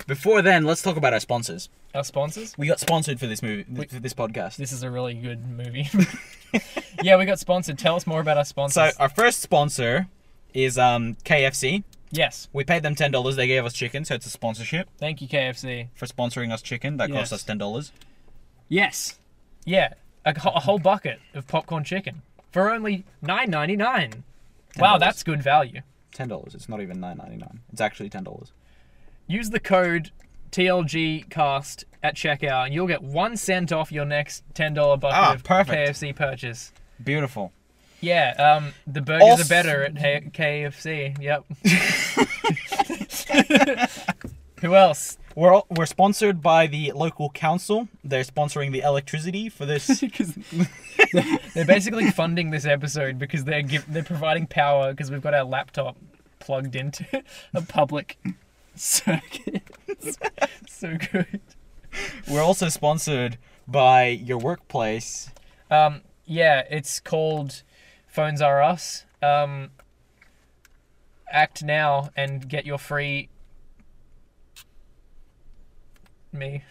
Speaker 1: before then, let's talk about our sponsors.
Speaker 2: Our sponsors.
Speaker 1: We got sponsored for this movie, for this podcast.
Speaker 2: This is a really good movie. yeah, we got sponsored. Tell us more about our
Speaker 1: So uh,
Speaker 2: sponsors.
Speaker 1: our first sponsor is um, KFC.
Speaker 2: yes,
Speaker 1: We paid them ten dollars. They gave us chicken, so it's a sponsorship
Speaker 2: thank you, KFC.
Speaker 1: for sponsoring us chicken. That
Speaker 2: Yes.
Speaker 1: cost us ten dollars.
Speaker 2: Yes. Yeah, a, wh- a whole bucket of popcorn chicken for only nine ninety nine. Wow,
Speaker 1: $10.
Speaker 2: that's good value.
Speaker 1: Ten dollars. It's not even nine ninety nine. It's actually ten dollars.
Speaker 2: Use the code TLGcast at checkout, and you'll get one cent off your next ten dollar bucket
Speaker 1: Ah,
Speaker 2: of
Speaker 1: perfect.
Speaker 2: KFC purchase.
Speaker 1: Beautiful.
Speaker 2: Yeah, um, the burgers
Speaker 1: Also-
Speaker 2: are better at K- KFC. Yep. Who else?
Speaker 1: We're all, we're sponsored by the local council. They're sponsoring the electricity for this.
Speaker 2: because they're basically funding this episode because they're giv they're providing power because we've got our laptop plugged into a public circuit. so good.
Speaker 1: we're also sponsored by your workplace.
Speaker 2: Um, yeah, it's called Phones Are Us. Um, act now and get your free me.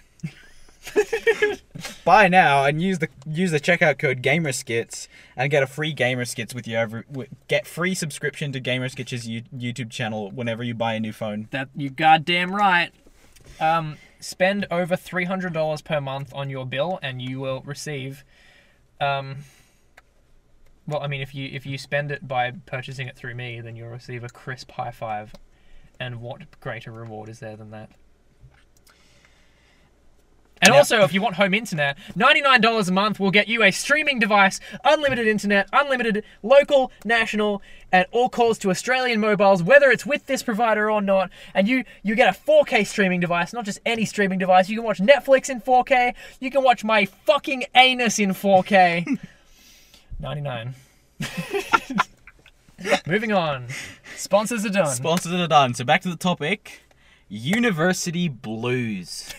Speaker 1: Buy now and use the use the checkout code GamerSkits and get a free GamerSkits with your every, wi- get free subscription to GamerSkits' you- YouTube channel whenever you buy a new phone.
Speaker 2: That you goddamn right. Um, spend over three hundred dollars per month on your bill, and you will receive. Um, well, I mean, if you if you spend it by purchasing it through me, then you'll receive a crisp high five. And what greater reward is there than that? And
Speaker 1: Now-
Speaker 2: also, if you want home internet, $99 a month will get you a streaming device, unlimited internet, unlimited local, national, and all calls to Australian mobiles, whether it's with this provider or not. And you you get a 4K streaming device, not just any streaming device. You can watch Netflix in 4K. You can watch my fucking anus in 4K. 99. Moving on. Sponsors are done.
Speaker 1: Sponsors are done. So back to the topic, University Blues.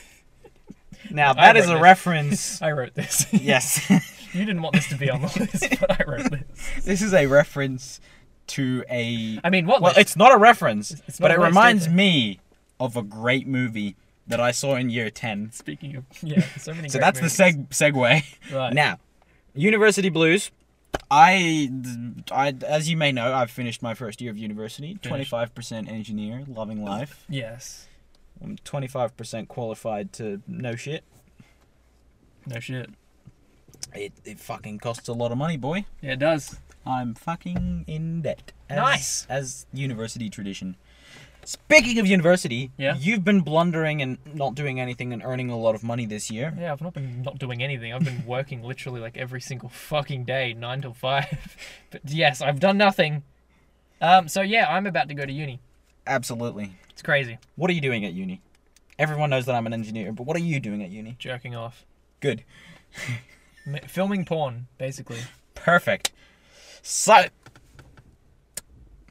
Speaker 1: Now that is
Speaker 2: wrote
Speaker 1: a
Speaker 2: this.
Speaker 1: reference.
Speaker 2: I wrote this.
Speaker 1: yes.
Speaker 2: You didn't want this to be on the list, but I wrote this.
Speaker 1: This is a reference to a.
Speaker 2: I mean, what
Speaker 1: well,
Speaker 2: list?
Speaker 1: it's not a reference,
Speaker 2: it's
Speaker 1: but
Speaker 2: not
Speaker 1: it
Speaker 2: a list
Speaker 1: reminds
Speaker 2: either.
Speaker 1: me of a great movie that I saw in year 10.
Speaker 2: Speaking of, yeah, so many.
Speaker 1: So
Speaker 2: great
Speaker 1: that's
Speaker 2: movies.
Speaker 1: the seg- segue.
Speaker 2: Right.
Speaker 1: Now, University Blues. I, I, as you may know, I've finished my first year of university.
Speaker 2: Finished. Oh.
Speaker 1: 25% engineer, loving life.
Speaker 2: Yes.
Speaker 1: I'm 25% qualified to know shit.
Speaker 2: No shit.
Speaker 1: It, it fucking costs a lot of money, boy.
Speaker 2: Yeah, it does.
Speaker 1: I'm fucking in debt. As,
Speaker 2: Nice.
Speaker 1: As university tradition. Speaking of university,
Speaker 2: Yeah.
Speaker 1: you've been blundering and not doing anything and earning a lot of money this year.
Speaker 2: Yeah, I've not been not doing anything. I've been working literally like every single fucking day, nine till five. But yes, I've done nothing. Um. So yeah, I'm about to go to uni.
Speaker 1: Absolutely.
Speaker 2: It's crazy.
Speaker 1: What are you doing at uni? Everyone knows that I'm an engineer, but what are you doing at uni?
Speaker 2: Jerking off,
Speaker 1: Good.
Speaker 2: M- filming porn, basically.
Speaker 1: Perfect. So,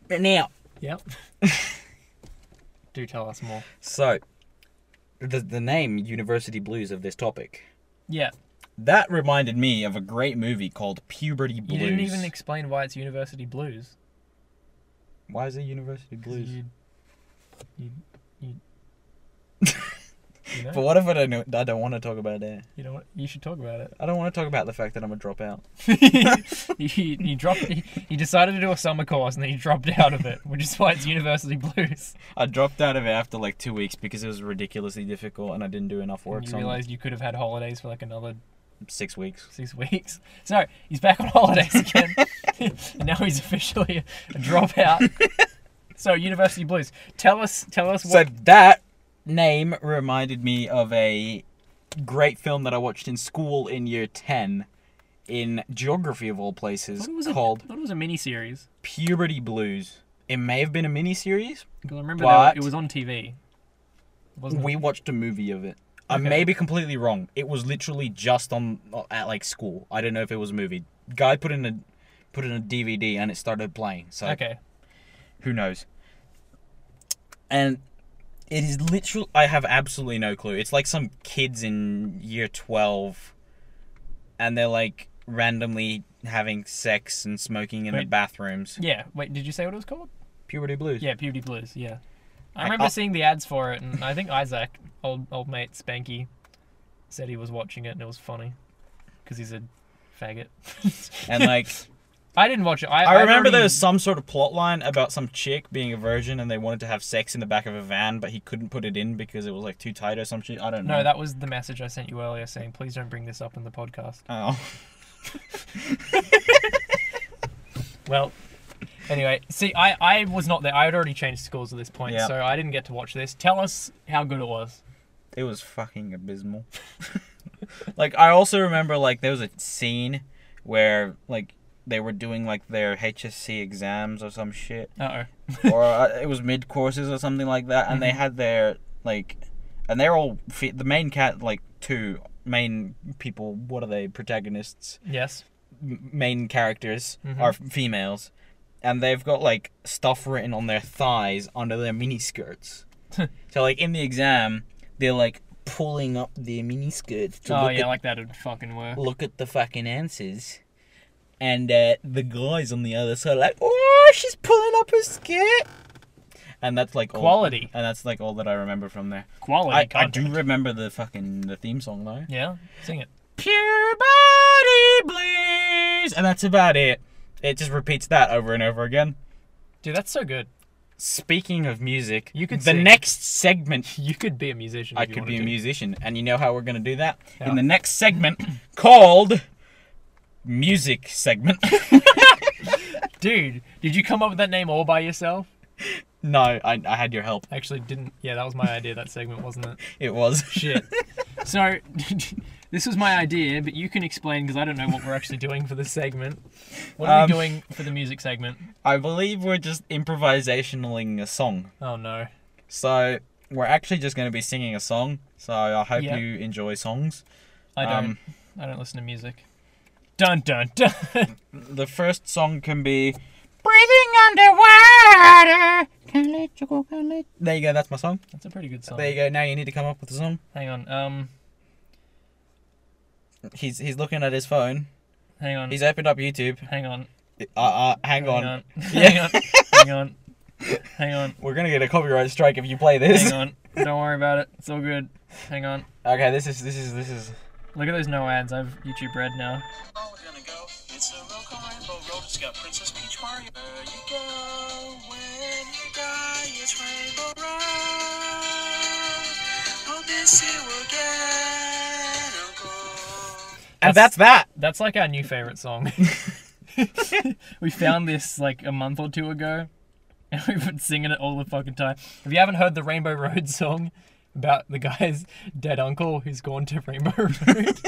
Speaker 1: now,
Speaker 2: Yep. Do tell us more.
Speaker 1: so, the, the name University Blues of this topic,
Speaker 2: Yeah.
Speaker 1: that reminded me of a great movie called Puberty
Speaker 2: You
Speaker 1: Blues.
Speaker 2: didn't even explain why it's university blues.
Speaker 1: Why is it University Blues?
Speaker 2: You, you, you, You know,
Speaker 1: But what if I don't know, I don't want to talk about it?
Speaker 2: you know what? You should talk about it.
Speaker 1: I don't want to talk about the fact that I'm a dropout.
Speaker 2: you, you dropped. You, you decided to do a summer course and then you dropped out of it, which is why it's university blues.
Speaker 1: I dropped out of it after like two weeks because it was ridiculously difficult and I didn't do enough work.
Speaker 2: And you
Speaker 1: so I'm
Speaker 2: realized you could have had holidays for like another
Speaker 1: six weeks.
Speaker 2: six weeks. So he's back on holidays again. and now he's officially a dropout. so University Blues, tell us, tell us
Speaker 1: So
Speaker 2: what.
Speaker 1: that name reminded me of a great film that I watched in school in year 10 in geography of all
Speaker 2: I
Speaker 1: places
Speaker 2: thought it was a-
Speaker 1: called
Speaker 2: I thought it was a mini series.
Speaker 1: Puberty Blues. It may have been a miniseries.
Speaker 2: Because I remember that
Speaker 1: But-
Speaker 2: it was on TV. Wasn't
Speaker 1: We watched a movie of it. I
Speaker 2: Mm. Okay.
Speaker 1: may be completely wrong. It was literally just on uh, at like school. I don't know if it was a movie. Guy put in a put in a DVD and it started playing. So
Speaker 2: it? Okay.
Speaker 1: who knows? And it is literal. I have absolutely no clue. It's like some kids in year 12 and they're like randomly having sex and smoking in the
Speaker 2: Wait.
Speaker 1: bathrooms.
Speaker 2: Yeah. Wait, did you say what it was called?
Speaker 1: Puberty blues.
Speaker 2: Yeah, Puberty Blues. Yeah. I
Speaker 1: I-
Speaker 2: remember
Speaker 1: I-
Speaker 2: seeing the ads for it, and I think Isaac, old old mate Spanky, said he was watching it, and it was funny, because he's a faggot.
Speaker 1: And like
Speaker 2: I didn't watch it. I,
Speaker 1: I
Speaker 2: I've
Speaker 1: remember
Speaker 2: already-
Speaker 1: there was some sort of plot line about some chick being a virgin and they wanted to have sex in the back of a van, but he couldn't put it in because it was like too tight or some shit. I don't know.
Speaker 2: No, that was the message I sent you earlier saying, please don't bring this up in the podcast.
Speaker 1: Oh.
Speaker 2: Well, anyway, see, I, I was not there. I had already changed schools at this point,
Speaker 1: Yeah.
Speaker 2: so I didn't get to watch this. Tell us how good it was.
Speaker 1: It was fucking abysmal. like I also remember like there was a scene where like they were doing like their HSC exams or some shit,
Speaker 2: Uh
Speaker 1: or uh, it was mid courses or something like that, and they had their like, and they're all fe- the main cat like two main people. What are they? Protagonists,
Speaker 2: oh. Yes.
Speaker 1: m- main characters
Speaker 2: Mhm.
Speaker 1: are females, and they've got like stuff written on their thighs under their miniskirts.
Speaker 2: Oh,
Speaker 1: so like in the exam, they're like pulling up their miniskirts to
Speaker 2: Oh,
Speaker 1: look,
Speaker 2: yeah,
Speaker 1: at,
Speaker 2: like that would fucking work.
Speaker 1: look at the fucking answers. And uh, the guys on the other side are like, oh, she's pulling up her skirt. And that's like all-
Speaker 2: Quality.
Speaker 1: and that's like all that I remember from there.
Speaker 2: Quality.
Speaker 1: I, I do
Speaker 2: content.
Speaker 1: remember the fucking the theme song though.
Speaker 2: Yeah, sing it.
Speaker 1: Pure body blues, and that's about it. It just repeats that over and over again.
Speaker 2: Dude, that's so good.
Speaker 1: Speaking of music,
Speaker 2: You could
Speaker 1: the
Speaker 2: sing.
Speaker 1: next segment.
Speaker 2: You could be a musician.
Speaker 1: I
Speaker 2: if you
Speaker 1: could be a
Speaker 2: wanted to.
Speaker 1: musician, and you know how we're gonna do that
Speaker 2: How?
Speaker 1: in the next segment called music segment.
Speaker 2: Dude, did you come up with that name all by yourself?
Speaker 1: no, I, I had your help.
Speaker 2: Actually, didn't. Yeah, that was my idea, that segment, wasn't it?
Speaker 1: It was
Speaker 2: Shit. So, this was my idea, but you can explain because I don't know what we're actually doing for this segment. What are
Speaker 1: Um,
Speaker 2: we doing for the music segment?
Speaker 1: I believe we're just improvisationaling a song.
Speaker 2: Oh no.
Speaker 1: So we're actually just gonna be singing a song. So I hope
Speaker 2: Yeah.
Speaker 1: you enjoy songs.
Speaker 2: I don't.
Speaker 1: Um,
Speaker 2: I don't listen to music. Dun dun dun.
Speaker 1: The first song can be Breathing Underwater. Can't let you go, can't let There you go, that's my song.
Speaker 2: That's a pretty good song.
Speaker 1: There you go, now you need to come up with a song.
Speaker 2: Hang on. Um.
Speaker 1: He's he's looking at his phone.
Speaker 2: Hang on.
Speaker 1: He's opened up YouTube.
Speaker 2: hang on.
Speaker 1: Uh, uh hang, on.
Speaker 2: Hang on. hang on. Hang on.
Speaker 1: We're gonna get a copyright strike if you play this.
Speaker 2: Hang on. Don't worry about it. It's all good. Hang on.
Speaker 1: Okay, this is this is this is
Speaker 2: Look at those no ads. I've YouTube red now.
Speaker 4: All we're gonna go. It's a real rainbow road. It's got Princess Peach Mario. Where you go when you die, it's Rainbow Road. We'll miss you again, Uncle.
Speaker 1: And that's that.
Speaker 2: That's like our new favorite song. we found this like a month or two ago, and we've been singing it all the fucking time. If you haven't heard the Rainbow Road song about the guy's dead uncle who's gone to Rainbow Road,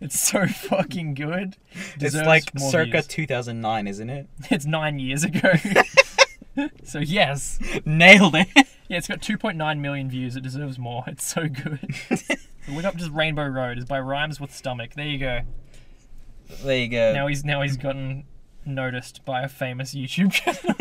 Speaker 2: it's so fucking good. Deserves
Speaker 1: it's like
Speaker 2: more
Speaker 1: circa
Speaker 2: views.
Speaker 1: 2009, isn't it?
Speaker 2: it's nine years ago. so yes,
Speaker 1: Nailed it.
Speaker 2: yeah, it's got 2.9 million views. It deserves more. It's so good. Look up just Rainbow Road. It's by Rhymes with Stomach. There you go.
Speaker 1: there you go.
Speaker 2: Now he's now he's gotten noticed by a famous YouTube channel.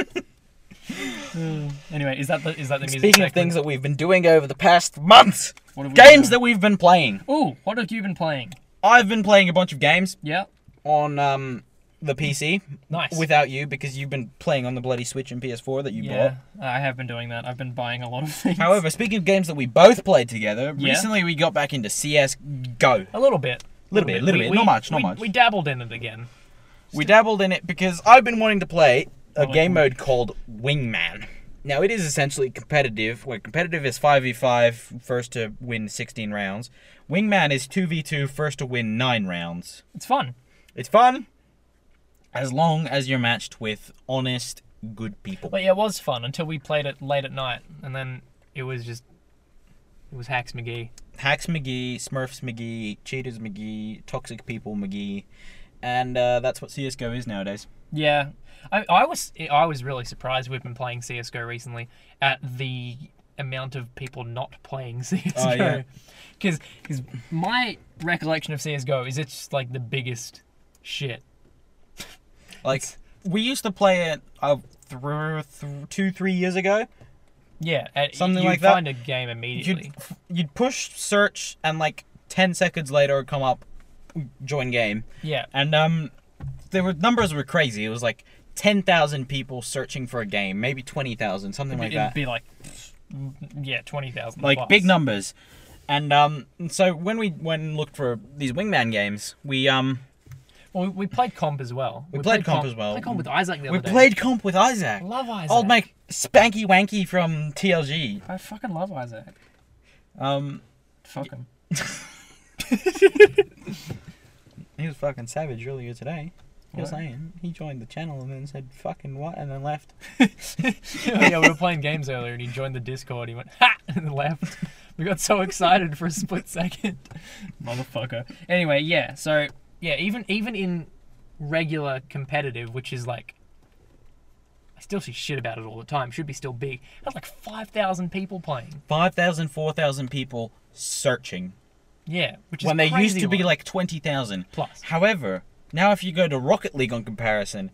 Speaker 2: anyway, is that the is that the music?
Speaker 1: Speaking of
Speaker 2: segment?
Speaker 1: things that we've been doing over the past month,
Speaker 2: What have we
Speaker 1: games
Speaker 2: been
Speaker 1: that we've been playing.
Speaker 2: doing? Ooh, what have you been playing?
Speaker 1: I've been playing a bunch of games
Speaker 2: Yeah.
Speaker 1: on um the PC
Speaker 2: Nice.
Speaker 1: without you because you've been playing on the bloody Switch and PS4 that you bought.
Speaker 2: yeah, I have been doing that. I've been buying a lot of things.
Speaker 1: However, speaking of games that we both played together,
Speaker 2: Yeah.
Speaker 1: recently we got back into CS GO.
Speaker 2: a little bit.
Speaker 1: Little bit, little
Speaker 2: We-
Speaker 1: bit.
Speaker 2: we-
Speaker 1: Not much, not
Speaker 2: we-
Speaker 1: much.
Speaker 2: We dabbled in it again.
Speaker 1: We dabbled in it because I've been wanting to play a
Speaker 2: like
Speaker 1: game mode called Wingman. Now, it is essentially competitive, where competitive is 5v5, first to win 16 rounds. Wingman is 2v2, first to win 9 rounds.
Speaker 2: It's fun.
Speaker 1: It's fun as long as you're matched with honest, good people.
Speaker 2: But yeah, it was fun until we played it late at night, and then it was just it was Hacks McGee.
Speaker 1: Hacks McGee, Smurfs McGee, Cheaters McGee, Toxic People McGee, and uh, that's what CSGO is nowadays.
Speaker 2: Yeah, I, I was I was really surprised we've been playing CS:GO recently at the amount of people not playing
Speaker 1: Oh, yeah.
Speaker 2: CS:GO. Because my recollection of CS:GO is it's just like the biggest shit.
Speaker 1: Like, we used to play it uh, thr th- two, three years ago.
Speaker 2: Yeah, and
Speaker 1: Something
Speaker 2: you
Speaker 1: like that.
Speaker 2: find a game immediately.
Speaker 1: You'd, you'd push search, and like 10 seconds later, it'd come up, join game.
Speaker 2: Yeah,
Speaker 1: And um, there were numbers were crazy. It was like 10,000 people searching for a game, maybe 20,000, something like
Speaker 2: it'd
Speaker 1: that.
Speaker 2: be like yeah twenty thousand.
Speaker 1: like big numbers. And um, so when we went and looked for these Wingman games, we um,
Speaker 2: Well, we played comp as well. We,
Speaker 1: played comp as well.
Speaker 2: Played comp with Isaac the
Speaker 1: We
Speaker 2: other day.
Speaker 1: played comp with Isaac.
Speaker 2: Love Isaac.
Speaker 1: Old mate Spanky Wanky from TLG.
Speaker 2: I fucking love Isaac.
Speaker 1: Um,
Speaker 2: Fuck him.
Speaker 1: he was fucking savage earlier today. He was
Speaker 2: What?
Speaker 1: saying he joined the channel and then said fucking what and then left.
Speaker 2: yeah, we were playing games earlier, and he joined the Discord. He went ha and left. We got so excited for a split second, motherfucker. Anyway, yeah. So yeah, even even in regular competitive, which is like. I still see shit about it all the time. Should be still big. That's like five thousand people playing.
Speaker 1: 5,000, 4,000 people searching
Speaker 2: Yeah, which is
Speaker 1: when they used
Speaker 2: crazy
Speaker 1: to be
Speaker 2: low.
Speaker 1: like 20,000
Speaker 2: Plus.
Speaker 1: However, now if you go to Rocket League on comparison,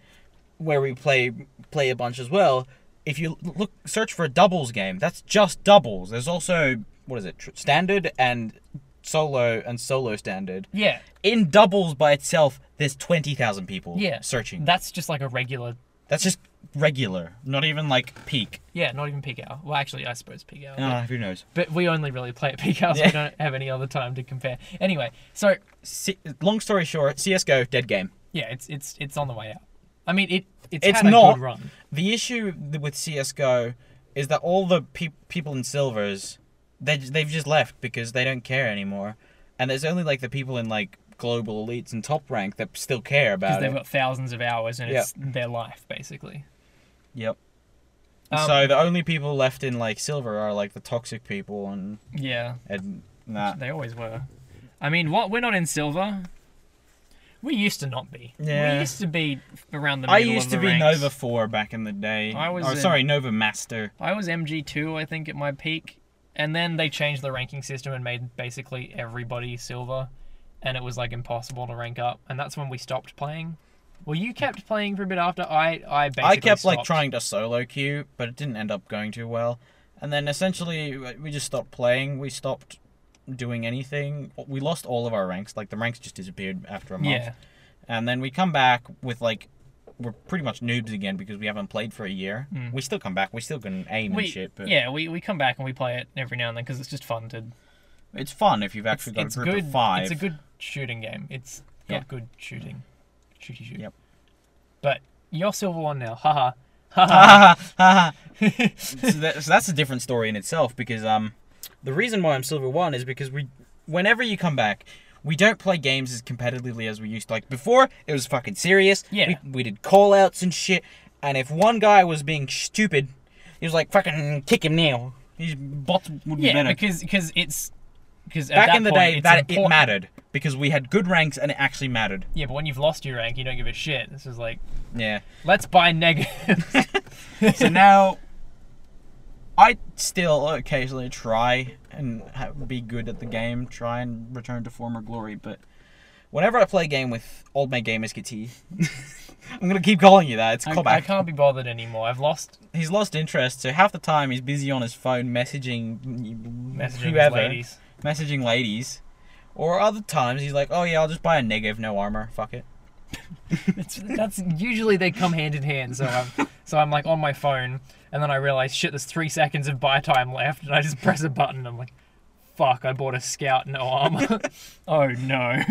Speaker 1: where we play play a bunch as well, if you look search for a doubles game, that's just doubles. There's also what is it? Tr- standard and solo and solo standard.
Speaker 2: yeah,
Speaker 1: in doubles by itself, there's 20,000 people
Speaker 2: yeah.
Speaker 1: searching.
Speaker 2: That's just like a regular
Speaker 1: That's just regular, not even like peak.
Speaker 2: Yeah, not even peak hour. Well, actually, I suppose peak hour.
Speaker 1: Ah, who knows?
Speaker 2: But we only really play at peak hours.
Speaker 1: Yeah.
Speaker 2: We don't have any other time to compare. Anyway, so
Speaker 1: C- long story short, CS:GO dead game.
Speaker 2: yeah, it's it's it's on the way out. I mean, it it's,
Speaker 1: It's
Speaker 2: had a
Speaker 1: not.
Speaker 2: good run.
Speaker 1: The issue th- with CS:GO is that all the peop people in silvers, they j- they've just left because they don't care anymore, and there's only like the people in like global elites and top rank that still care
Speaker 2: Because
Speaker 1: about
Speaker 2: they've
Speaker 1: it.
Speaker 2: got thousands of hours and
Speaker 1: Yeah.
Speaker 2: it's their life basically.
Speaker 1: yep.
Speaker 2: Um,
Speaker 1: so the only people left in like silver are like the toxic people and
Speaker 2: Yeah,
Speaker 1: and nah.
Speaker 2: they always were. I mean, what we're not in silver. We used to not be.
Speaker 1: Yeah.
Speaker 2: We used to be around the.
Speaker 1: I
Speaker 2: middle
Speaker 1: used
Speaker 2: of
Speaker 1: to
Speaker 2: the
Speaker 1: be
Speaker 2: ranks.
Speaker 1: Nova Four back in the day.
Speaker 2: I was
Speaker 1: Oh,
Speaker 2: in-
Speaker 1: sorry, Nova Master.
Speaker 2: I was MG2, I think, at my peak. And then they changed the ranking system and made basically everybody silver. And it was like impossible to rank up. And that's when we stopped playing. Well, you kept playing for a bit after. I, I basically.
Speaker 1: I kept like
Speaker 2: stopped.
Speaker 1: trying to solo queue, but it didn't end up going too well. And then essentially we- we just stopped playing. We stopped doing anything. We lost all of our ranks. Like the ranks just disappeared after a month.
Speaker 2: Yeah.
Speaker 1: And then we come back with like we're pretty much noobs again because we haven't played for a year. We still come back. We still can aim
Speaker 2: Hmm. We,
Speaker 1: and shit, but
Speaker 2: Yeah, we, we come back and we play it every now and then because it's just fun to.
Speaker 1: it's fun if you've actually got
Speaker 2: It's
Speaker 1: a group
Speaker 2: good.
Speaker 1: of five.
Speaker 2: It's a good shooting game. It's got
Speaker 1: Yeah.
Speaker 2: good shooting. Shooty shoot.
Speaker 1: Yep.
Speaker 2: But you're silver one now. Haha. Haha.
Speaker 1: so, that, so that's a different story in itself because um, the reason why I'm silver one is because we, whenever you come back, we don't play games as competitively as we used to. Like before, it was fucking serious.
Speaker 2: Yeah.
Speaker 1: We, we did call outs and shit, and if one guy was being stupid, he was like fucking kick him now. His bots would be
Speaker 2: yeah,
Speaker 1: better.
Speaker 2: because cause it's. Cause at
Speaker 1: back
Speaker 2: that
Speaker 1: in the
Speaker 2: point,
Speaker 1: day,
Speaker 2: it's
Speaker 1: that it
Speaker 2: important-
Speaker 1: mattered because we had good ranks and it actually mattered.
Speaker 2: Yeah, but when you've lost your rank, you don't give a shit. This is like,
Speaker 1: Yeah.
Speaker 2: let's buy negatives.
Speaker 1: so now I still occasionally try and ha- be good at the game, try and return to former glory, but whenever I play a game with Old Mate Gamers Kitty, I'm gonna keep calling you that. It's
Speaker 2: I, I
Speaker 1: callback.
Speaker 2: can't be bothered anymore. I've lost
Speaker 1: he's lost interest, so half the time he's busy on his phone messaging,
Speaker 2: messaging with
Speaker 1: whoever,
Speaker 2: ladies.
Speaker 1: messaging ladies, or other times he's like, "Oh yeah, I'll just buy a negative, no armor. Fuck it."
Speaker 2: It's, that's usually they come hand in hand. So I'm so I'm like on my phone, and then I realize shit. There's three seconds of buy time left, and I just press a button. I'm like, fuck! I bought a scout no armor. oh no.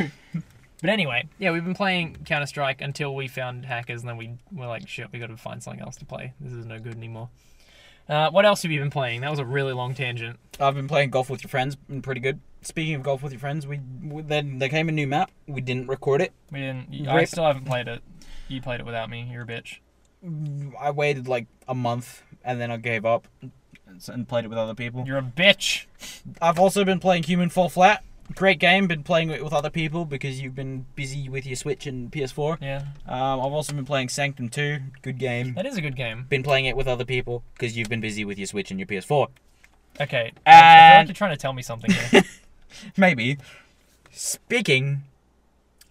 Speaker 2: But anyway, yeah, we've been playing Counter Strike until we found hackers, and then we were like, shit, we got to find something else to play. This is no good anymore. Uh, what else have you been playing? That was a really long tangent.
Speaker 1: I've been playing golf with your friends, been pretty good. Speaking of golf with your friends, we, we then there came a new map. We didn't record it.
Speaker 2: We didn't. y- I
Speaker 1: Rip.
Speaker 2: still haven't played it. You played it without me. You're a bitch.
Speaker 1: I waited like a month and then I gave up and s- and played it with other people.
Speaker 2: You're a bitch.
Speaker 1: I've also been playing Human Fall Flat. Great game. Been playing it with other people because you've been busy with your Switch and PS4.
Speaker 2: Yeah,
Speaker 1: Um, I've also been playing Sanctum 2. Good game.
Speaker 2: that is a good game.
Speaker 1: Been playing it with other people because you've been busy with your Switch and your PS4.
Speaker 2: Okay, I- I feel like
Speaker 1: And-
Speaker 2: you're trying to tell me something. Here.
Speaker 1: Maybe. Speaking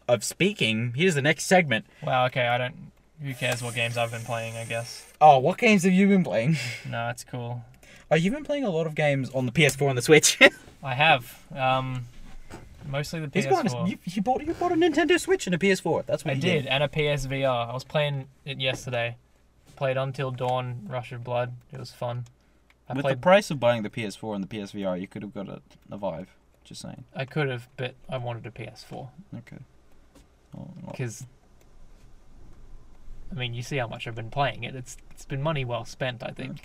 Speaker 1: of speaking, here's the next segment.
Speaker 2: wow. Okay, I don't. Who cares what games I've been playing? I guess.
Speaker 1: Oh, what games have you been playing?
Speaker 2: No, it's cool.
Speaker 1: Oh, you've been playing a lot of games on the PS4 and the Switch.
Speaker 2: I have. Um, mostly the
Speaker 1: He's
Speaker 2: PS4.
Speaker 1: got a, you, you bought you bought a Nintendo Switch and a PS4. That's what
Speaker 2: I
Speaker 1: you
Speaker 2: did, and a PSVR. I was playing it yesterday. Played Until Dawn, Rush of Blood. It was fun. I
Speaker 5: With
Speaker 2: played.
Speaker 5: the price of buying the PS4 and the PSVR, you could have got a, a Vive. Just saying.
Speaker 2: I could have, but I wanted a PS4
Speaker 5: Okay. Oh, well,
Speaker 2: because. I mean, you see how much I've been playing it. It's it's been money well spent. I think.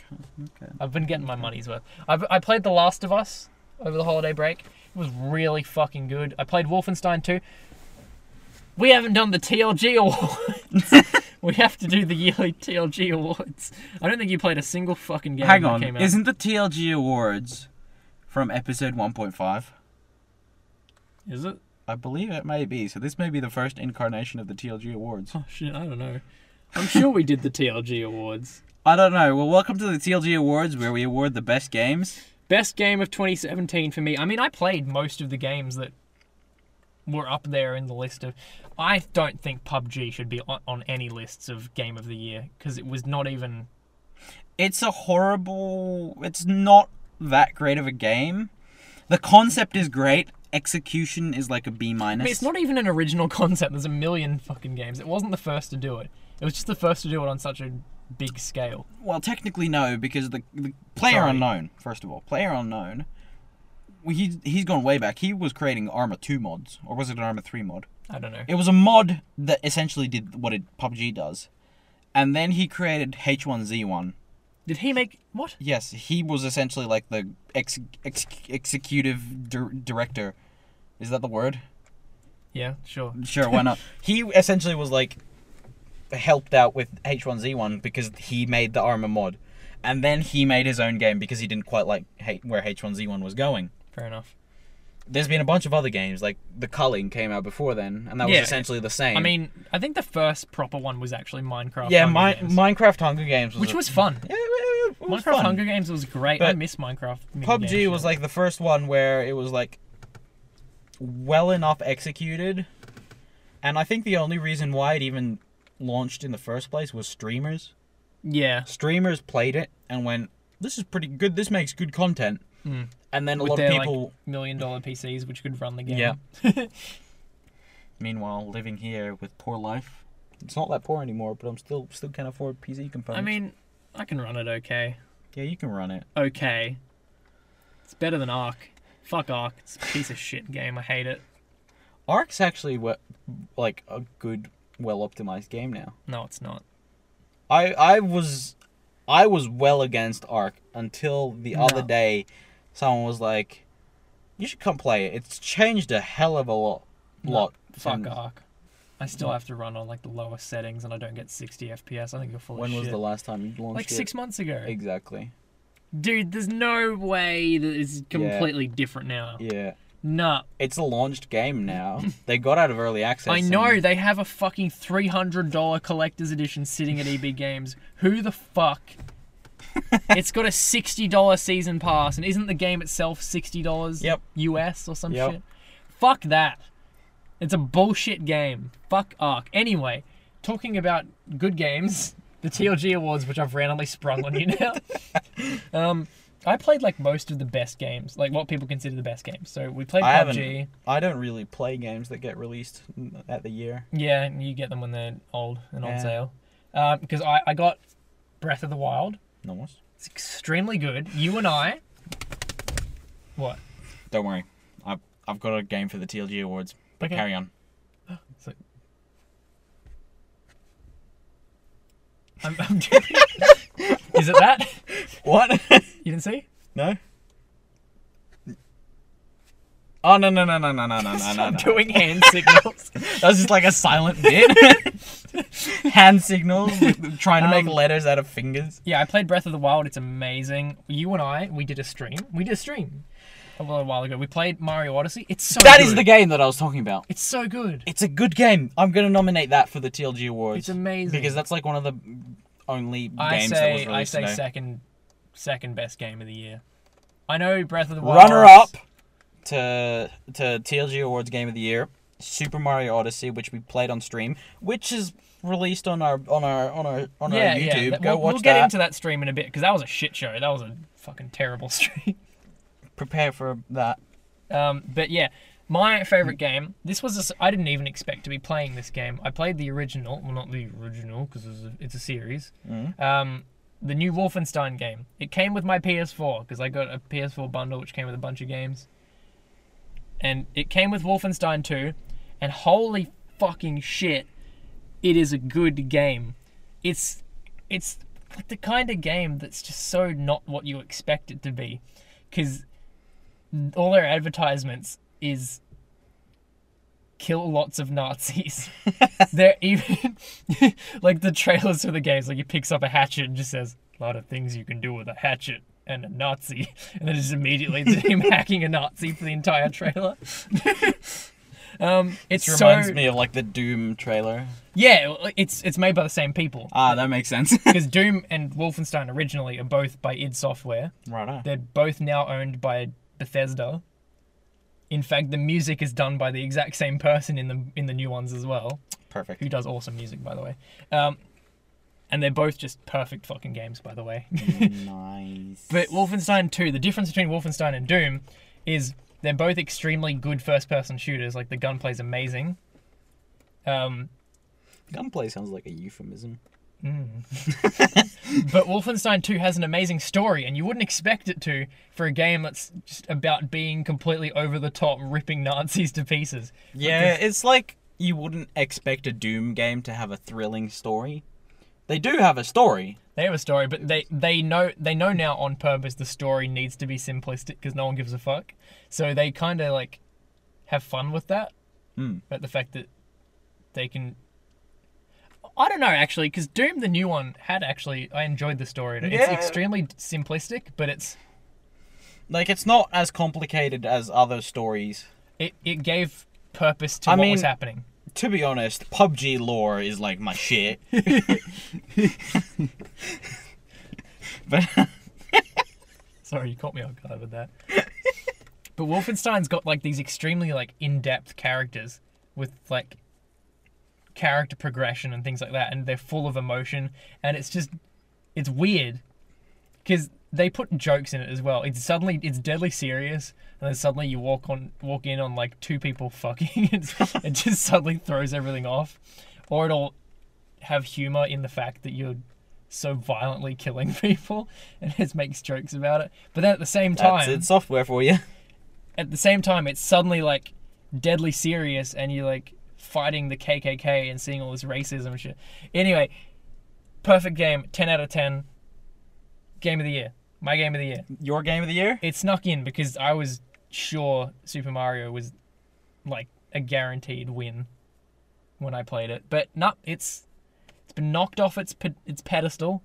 Speaker 5: okay.
Speaker 2: I've been getting my money's worth. I've, I played The Last of Us over the holiday break. It was really fucking good. I played Wolfenstein 2. We haven't done the TLG awards. we have to do the yearly TLG awards. I don't think you played a single fucking game.
Speaker 5: Hang
Speaker 2: that came
Speaker 5: on.
Speaker 2: out.
Speaker 5: Isn't the TLG Awards from episode 1.5?
Speaker 2: Is it?
Speaker 5: I believe it may be. So this may be the first incarnation of the TLG Awards.
Speaker 2: Oh shit, I don't know. I'm sure we did the TLG awards.
Speaker 5: I don't know. Well, welcome to the TLG Awards, where we award the best games.
Speaker 2: Best game of 2017 for me. I mean, I played most of the games that were up there in the list of. I don't think PUBG should be on, on any lists of game of the year because it was not even.
Speaker 5: It's a horrible. It's not that great of a game. The concept is great. Execution is like a B
Speaker 2: I
Speaker 5: minus.
Speaker 2: mean, it's not even an original concept. There's a million fucking games. It wasn't the first to do it. It was just the first to do it on such a big scale.
Speaker 5: Well, technically no, because the, the player
Speaker 2: Sorry.
Speaker 5: unknown. First of all, player unknown. well, He's he's gone way back. He was creating Arma two mods, or was it an Arma three mod?
Speaker 2: I don't know.
Speaker 5: It was a mod that essentially did what it, PUBG does, and then he created H one Z one.
Speaker 2: Did he make what?
Speaker 5: Yes, he was essentially like the ex, ex, executive dir- director. Is that the word?
Speaker 2: Yeah, sure.
Speaker 5: Sure, why not?
Speaker 1: He essentially was like helped out with H1Z1 because he made the Armor mod, and then he made his own game because he didn't quite like H- where H1Z1 was going.
Speaker 2: Fair enough.
Speaker 1: There's been a bunch of other games like The Culling came out before then, and that was
Speaker 2: Yeah.
Speaker 1: essentially the same.
Speaker 2: I mean, I think the first proper one was actually Minecraft.
Speaker 1: yeah,
Speaker 2: Hunger
Speaker 1: Mi-
Speaker 2: Games,
Speaker 1: Minecraft Hunger Games was
Speaker 2: which
Speaker 1: a-
Speaker 2: was fun.
Speaker 1: yeah, it- it- it was
Speaker 2: Minecraft
Speaker 1: fun.
Speaker 2: Hunger Games was great. I
Speaker 1: But
Speaker 2: miss Minecraft. mini
Speaker 1: PUBG
Speaker 2: games.
Speaker 1: was like the first one where it was like well enough executed, and I think the only reason why it even launched in the first place was streamers.
Speaker 2: yeah,
Speaker 1: Streamers played it and went, "This is pretty good. This makes good content." And then a
Speaker 2: with
Speaker 1: lot
Speaker 2: their
Speaker 1: of people,
Speaker 2: like million dollar PCs which could run the game.
Speaker 1: Yeah.
Speaker 5: Meanwhile, living here with poor life.
Speaker 1: it's not that poor anymore, but I'm still still can't afford PC
Speaker 2: I
Speaker 1: components.
Speaker 2: mean, I can run it okay.
Speaker 1: yeah, you can run it.
Speaker 2: Okay, it's better than Ark. Fuck Ark. It's a piece of shit game. I hate it.
Speaker 1: Ark's actually wa- like a good, well optimized game now.
Speaker 2: No, it's not.
Speaker 1: I I was I was well against Ark until the other day someone was like you should come play it. It's changed a hell of a lot. lot.
Speaker 2: Fuck
Speaker 1: since-
Speaker 2: Ark. I still have to run on like the lowest settings, and I don't get 60 FPS. I think you're full
Speaker 1: When
Speaker 2: of
Speaker 1: was
Speaker 2: shit.
Speaker 1: the last time you launched
Speaker 2: like six
Speaker 1: it?
Speaker 2: months ago.
Speaker 1: Exactly.
Speaker 2: Dude, there's no way that it's completely different now.
Speaker 1: Yeah.
Speaker 2: Nah,
Speaker 1: It's a launched game now. they got out of early access.
Speaker 2: I know
Speaker 1: and
Speaker 2: they have a fucking three hundred dollar collector's edition sitting at EB Games. Who the fuck? it's got a sixty dollar season pass, and isn't the game itself sixty dollars
Speaker 1: Yep.
Speaker 2: US or some
Speaker 1: Yep.
Speaker 2: shit? Fuck that. It's a bullshit game. Fuck Ark. Anyway, talking about good games, the TLG awards, which I've randomly sprung on you now. um, I played like most of the best games, like what people consider the best games. So we played
Speaker 1: I haven't.
Speaker 2: PUBG.
Speaker 1: I don't really play games that get released at the year.
Speaker 2: Yeah, and you get them when they're old and on
Speaker 1: Yeah.
Speaker 2: sale. Um, because I, I got Breath of the Wild.
Speaker 1: Nice.
Speaker 2: It's extremely good. You and I. What?
Speaker 1: Don't worry, I've I've got a game for the TLG awards. But
Speaker 2: Okay.
Speaker 1: carry on.
Speaker 2: It's like- I'm, I'm doing- Is it that?
Speaker 1: What?
Speaker 2: You didn't see?
Speaker 1: no. Oh no no no no no no no no! no.
Speaker 2: I'm doing hand signals.
Speaker 1: That was just like a silent bit. Hand signals, trying to make
Speaker 2: Um,
Speaker 1: letters out of fingers.
Speaker 2: yeah, I played Breath of the Wild. It's amazing. You and I, we did a stream. We did a stream a little while ago. We played Mario Odyssey. It's so
Speaker 1: That
Speaker 2: good.
Speaker 1: is the game that I was talking about.
Speaker 2: It's so good.
Speaker 1: It's a good game. I'm gonna nominate that for the TLG awards.
Speaker 2: It's amazing.
Speaker 1: because that's like one of the only
Speaker 2: I
Speaker 1: games
Speaker 2: say,
Speaker 1: that was
Speaker 2: I
Speaker 1: released
Speaker 2: say
Speaker 1: today.
Speaker 2: second, second best game of the year. I know Breath of the Wild.
Speaker 1: Runner up to to TLG awards game of the year, Super Mario Odyssey, which we played on stream, which is released on our on our on our on
Speaker 2: yeah,
Speaker 1: our
Speaker 2: yeah.
Speaker 1: YouTube.
Speaker 2: that-
Speaker 1: Go
Speaker 2: we'll,
Speaker 1: watch
Speaker 2: we'll get
Speaker 1: that.
Speaker 2: into that stream in a bit because that was a shit show. That was a fucking terrible stream.
Speaker 1: Prepare for that.
Speaker 2: Um, but yeah, my favorite game. This was a s- I didn't even expect to be playing this game. I played the original, well, not the original because it's, a- it's a series.
Speaker 1: Mm-hmm.
Speaker 2: Um, the new Wolfenstein game. It came with my PS4 because I got a PS4 bundle which came with a bunch of games. And it came with Wolfenstein 2, and holy fucking shit, it is a good game. It's it's like the kind of game that's just so not what you expect it to be, because all their advertisements is kill lots of Nazis. They're even like the trailers for the games. Like he picks up a hatchet and just says, "A lot of things you can do with a hatchet." And a Nazi, and then it's just immediately it's him hacking a Nazi for the entire trailer. um, it's
Speaker 1: This
Speaker 2: so
Speaker 1: reminds me of like the Doom trailer.
Speaker 2: yeah, it's it's made by the same people
Speaker 5: Ah, that makes sense.
Speaker 2: because Doom and Wolfenstein originally are both by id Software.
Speaker 1: Right on.
Speaker 2: They're both now owned by Bethesda. In fact, the music is done by the exact same person in the in the new ones as well,
Speaker 1: Perfect.
Speaker 2: who does awesome music, by the way. Um, and they're both just perfect fucking games, by the way.
Speaker 1: nice.
Speaker 2: But Wolfenstein 2, the difference between Wolfenstein and Doom is they're both extremely good first person shooters. Like, the gunplay's amazing. Um,
Speaker 1: Gunplay sounds like a euphemism.
Speaker 2: But Wolfenstein 2 has an amazing story, and you wouldn't expect it to for a game that's just about being completely over the top, ripping Nazis to pieces. But
Speaker 1: Yeah,
Speaker 2: there's-
Speaker 1: it's like you wouldn't expect a Doom game to have a thrilling story. They do have a story.
Speaker 2: they have a story, but they they know they know now on purpose the story needs to be simplistic because no one gives a fuck. So they kind of like have fun with that,
Speaker 1: Hmm.
Speaker 2: but the fact that they can. I don't know actually, because Doom, the new one, had actually I enjoyed the story. It's
Speaker 1: Yeah.
Speaker 2: extremely simplistic, but it's
Speaker 1: Like it's not as complicated as other stories.
Speaker 2: it, it gave purpose to
Speaker 1: I
Speaker 2: what
Speaker 1: mean,
Speaker 2: was happening.
Speaker 1: To be honest, PUBG lore is like my shit. but
Speaker 2: Sorry, you caught me off guard with that. but Wolfenstein's got like these extremely like in-depth characters with like character progression and things like that, and they're full of emotion, and it's just it's weird because they put jokes in it as well. It's suddenly it's deadly serious, and then suddenly you walk on walk in on like two people fucking, and it just suddenly throws everything off, or it'll have humor in the fact that you're so violently killing people and it makes jokes about it but then at the same
Speaker 1: that's
Speaker 2: time
Speaker 1: it, software for you.
Speaker 2: at the same time, it's suddenly like deadly serious, and you're like fighting the KKK and seeing all this racism and shit. Anyway, perfect game, ten out of ten. Game of the year, my game of the year.
Speaker 1: Your game of the year?
Speaker 2: It snuck in because I was sure Super Mario was like a guaranteed win when I played it, but no, it's it's been knocked off its pe- its pedestal.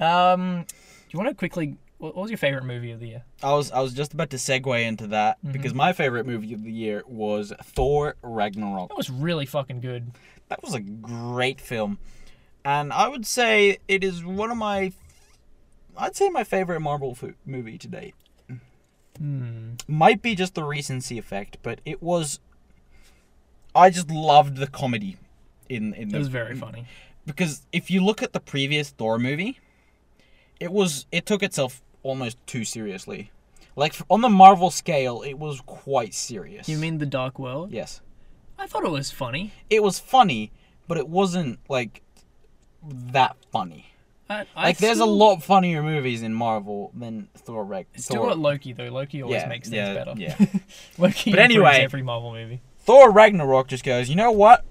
Speaker 2: Um, do you want to quickly? What what was your favorite movie of the year?
Speaker 1: I was I was just about to segue into that because my favorite movie of the year was Thor Ragnarok.
Speaker 2: That was really fucking good.
Speaker 1: That was a great film. And I would say it is one of my I'd say my favorite Marvel fo- movie to date.
Speaker 2: Hmm.
Speaker 1: Might be just the recency effect, but it was I just loved the comedy in in the
Speaker 2: It was very funny.
Speaker 1: because if you look at the previous Thor movie, it was it took itself almost too seriously. Like f- on the Marvel scale, it was quite serious.
Speaker 2: You mean the Dark World?
Speaker 1: Yes,
Speaker 2: I thought it was funny.
Speaker 1: it was funny, but it wasn't like that funny.
Speaker 2: I, I
Speaker 1: Like there's a
Speaker 2: still
Speaker 1: lot funnier movies in Marvel than Thor Reg.
Speaker 2: Still
Speaker 1: Thor,
Speaker 2: got Loki though. Loki always makes things
Speaker 1: yeah,
Speaker 2: better.
Speaker 1: Yeah.
Speaker 2: Loki
Speaker 1: But
Speaker 2: but anyway,
Speaker 1: anyway-
Speaker 2: every Marvel movie.
Speaker 1: Thor Ragnarok just goes, you know what?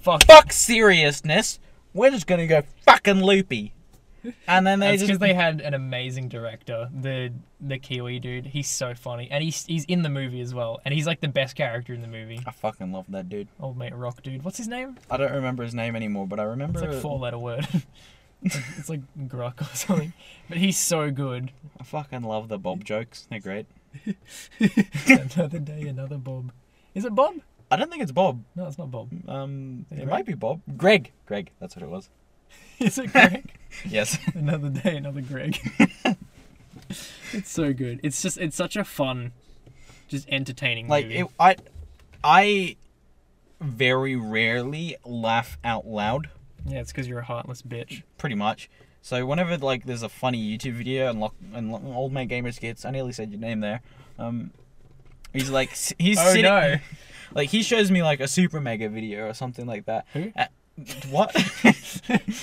Speaker 2: Fuck.
Speaker 1: Fuck seriousness. We're just gonna go fucking loopy. And then they
Speaker 2: That's because
Speaker 1: just
Speaker 2: they had an amazing director, the the Kiwi dude. He's so funny, and he's he's in the movie as well, and he's like the best character in the movie.
Speaker 1: I fucking love that dude.
Speaker 2: Old mate Rock dude. What's his name?
Speaker 1: I don't remember his name anymore, but I remember
Speaker 2: It's like four letter word. it's like Grok or something. But he's so good.
Speaker 1: I fucking love the Bob jokes. They're great.
Speaker 2: another day, another Bob. Is it Bob?
Speaker 1: I don't think it's Bob.
Speaker 2: No, it's not Bob.
Speaker 1: Um, it
Speaker 2: Greg?
Speaker 1: might be Bob. Greg. Greg. That's what it was.
Speaker 2: Is it Greg?
Speaker 1: Yes.
Speaker 2: another day, another Greg.
Speaker 3: It's so good. It's just it's such a fun, just entertaining
Speaker 1: like
Speaker 3: movie.
Speaker 1: it, I, I very rarely laugh out loud.
Speaker 2: Yeah, it's because you're a heartless bitch.
Speaker 1: Pretty much. So whenever like there's a funny YouTube video and lock and Lo- old man gamers gets, I nearly said your name there. Um, he's like s- he's
Speaker 2: Oh
Speaker 1: sitting
Speaker 2: no!
Speaker 1: like he shows me like a super mega video or something like that.
Speaker 2: Who?
Speaker 1: A- what?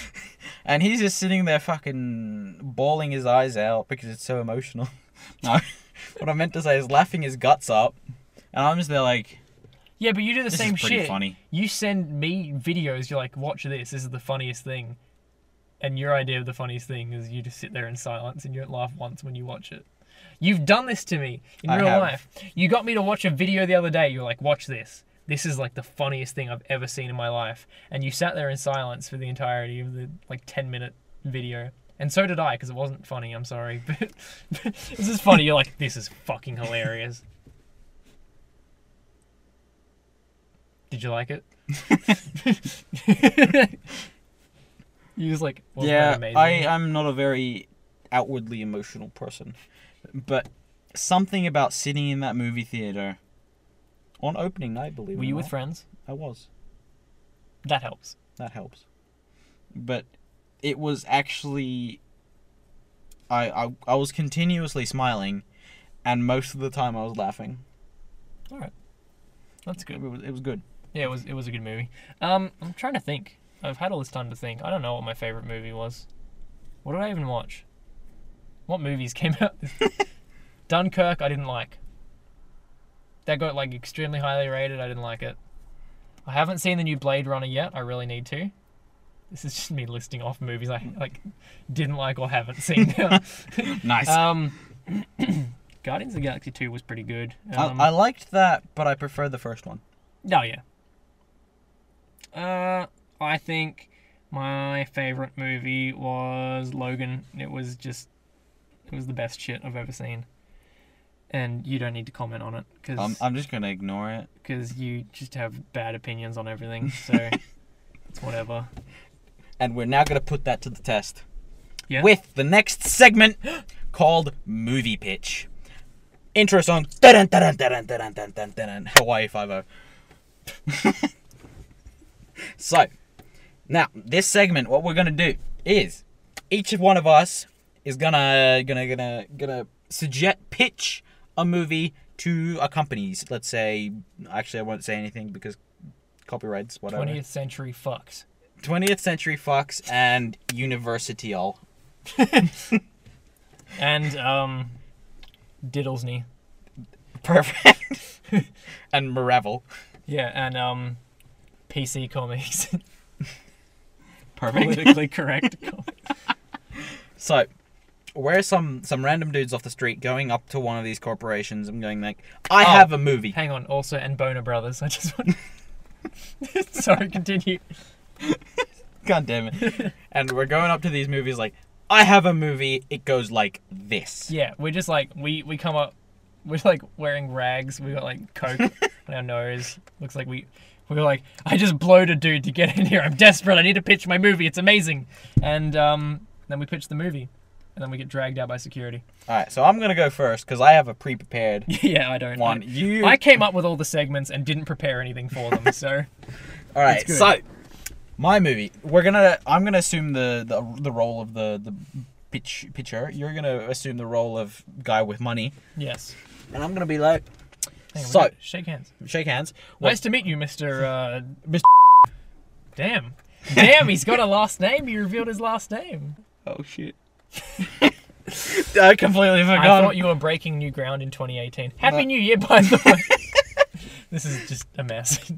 Speaker 1: and he's just sitting there fucking bawling his eyes out because it's so emotional. no. what I meant to say is laughing his guts up. And I'm just there like
Speaker 2: Yeah, but you do the
Speaker 1: this
Speaker 2: same
Speaker 1: is pretty
Speaker 2: shit.
Speaker 1: funny.
Speaker 2: You send me videos. You're like, watch this. This is the funniest thing. And your idea of the funniest thing is you just sit there in silence and you don't laugh once when you watch it. You've done this to me in
Speaker 1: I
Speaker 2: real
Speaker 1: have.
Speaker 2: life. You got me to watch a video the other day. You're like, watch this. This is like the funniest thing I've ever seen in my life. And you sat there in silence for the entirety of the like 10 minute video. And so did I, because it wasn't funny. I'm sorry, but this is funny. You're like, this is fucking hilarious. Did you like it? you just like wasn't that
Speaker 1: Yeah,
Speaker 2: amazing?
Speaker 1: I am not a very outwardly emotional person. But something about sitting in that movie theater on opening night, believe it
Speaker 2: Were
Speaker 1: or
Speaker 2: you with
Speaker 1: not,
Speaker 2: friends?
Speaker 1: I was.
Speaker 2: That helps.
Speaker 1: that helps. But it was actually I, I I was continuously smiling and most of the time I was laughing.
Speaker 2: All right, that's
Speaker 1: It
Speaker 2: good.
Speaker 1: was, it was good.
Speaker 2: Yeah, it was it was a good movie. Um, I'm trying to think. I've had all this time to think. I don't know what my favorite movie was. What did I even watch? What movies came out? this- Dunkirk, I didn't like. That got like extremely highly rated. I didn't like it. I haven't seen the new Blade Runner yet. I really need to. This is just me listing off movies I like didn't like or haven't seen.
Speaker 1: Nice.
Speaker 2: um, Guardians of the Galaxy Two was pretty good. Um,
Speaker 1: I, I liked that, but I prefer the first one.
Speaker 2: no, Oh, yeah. Uh, I think my favorite movie was Logan. It was just, it was the best shit I've ever seen. And you don't need to comment on it
Speaker 1: I'm,
Speaker 2: because
Speaker 1: Um, I'm just gonna ignore it.
Speaker 2: you just have bad opinions on everything. So it's whatever.
Speaker 1: And we're now gonna put that to the test
Speaker 2: Yeah.
Speaker 1: with the next segment called Movie Pitch. Intro song. Dun, dun, dun, dun, dun, dun, dun, dun, Hawaii Five O. so, now this segment, what we're gonna do is each of one of us is gonna gonna gonna gonna suggest pitch a movie to a company. Let's say, actually, I won't say anything because copyrights, whatever.
Speaker 2: 20th century fucks.
Speaker 1: 20th Century Fox and University All.
Speaker 2: And um, Diddles knee.
Speaker 1: Perfect. and Maravel.
Speaker 2: Yeah, and um, PC comics.
Speaker 1: Perfect.
Speaker 2: Politically correct. comics.
Speaker 1: So, where some some random dudes off the street going up to one of these corporations and going like, "I
Speaker 2: Oh.
Speaker 1: have a movie."
Speaker 2: Hang on, also and Boner Brothers. I just want. Sorry, continue.
Speaker 1: God damn it! and we're going up to these movies like, "I have a movie." It goes like this.
Speaker 2: Yeah, we're just like we we come up. We're like wearing rags. We got like coke on our nose. Looks like we we were like I just blowed a dude to get in here. I'm desperate. I need to pitch my movie. It's amazing. And um, then we pitch the movie, and then we get dragged out by security.
Speaker 1: All right. So I'm gonna go first because I have a pre-prepared
Speaker 2: yeah, I don't.
Speaker 1: one.
Speaker 2: I,
Speaker 1: You.
Speaker 2: I came up with all the segments and didn't prepare anything for them. So
Speaker 1: All right.
Speaker 2: good.
Speaker 1: So, my movie. We're gonna. I'm gonna assume the the, the role of the the pitch pitcher, you're gonna assume the role of guy with money,
Speaker 2: Yes.
Speaker 1: and I'm gonna be like,
Speaker 2: Hang on, we
Speaker 1: So-
Speaker 2: gotta shake hands.
Speaker 1: shake hands.
Speaker 2: Nice to meet you, Mister. Uh,
Speaker 1: Mr.
Speaker 2: Damn. Damn, he's got a last name. He revealed his last name.
Speaker 5: Oh shit.
Speaker 1: I completely forgot.
Speaker 2: I thought you were breaking new ground in 2018. Happy New Year, by the way. this is just a mess.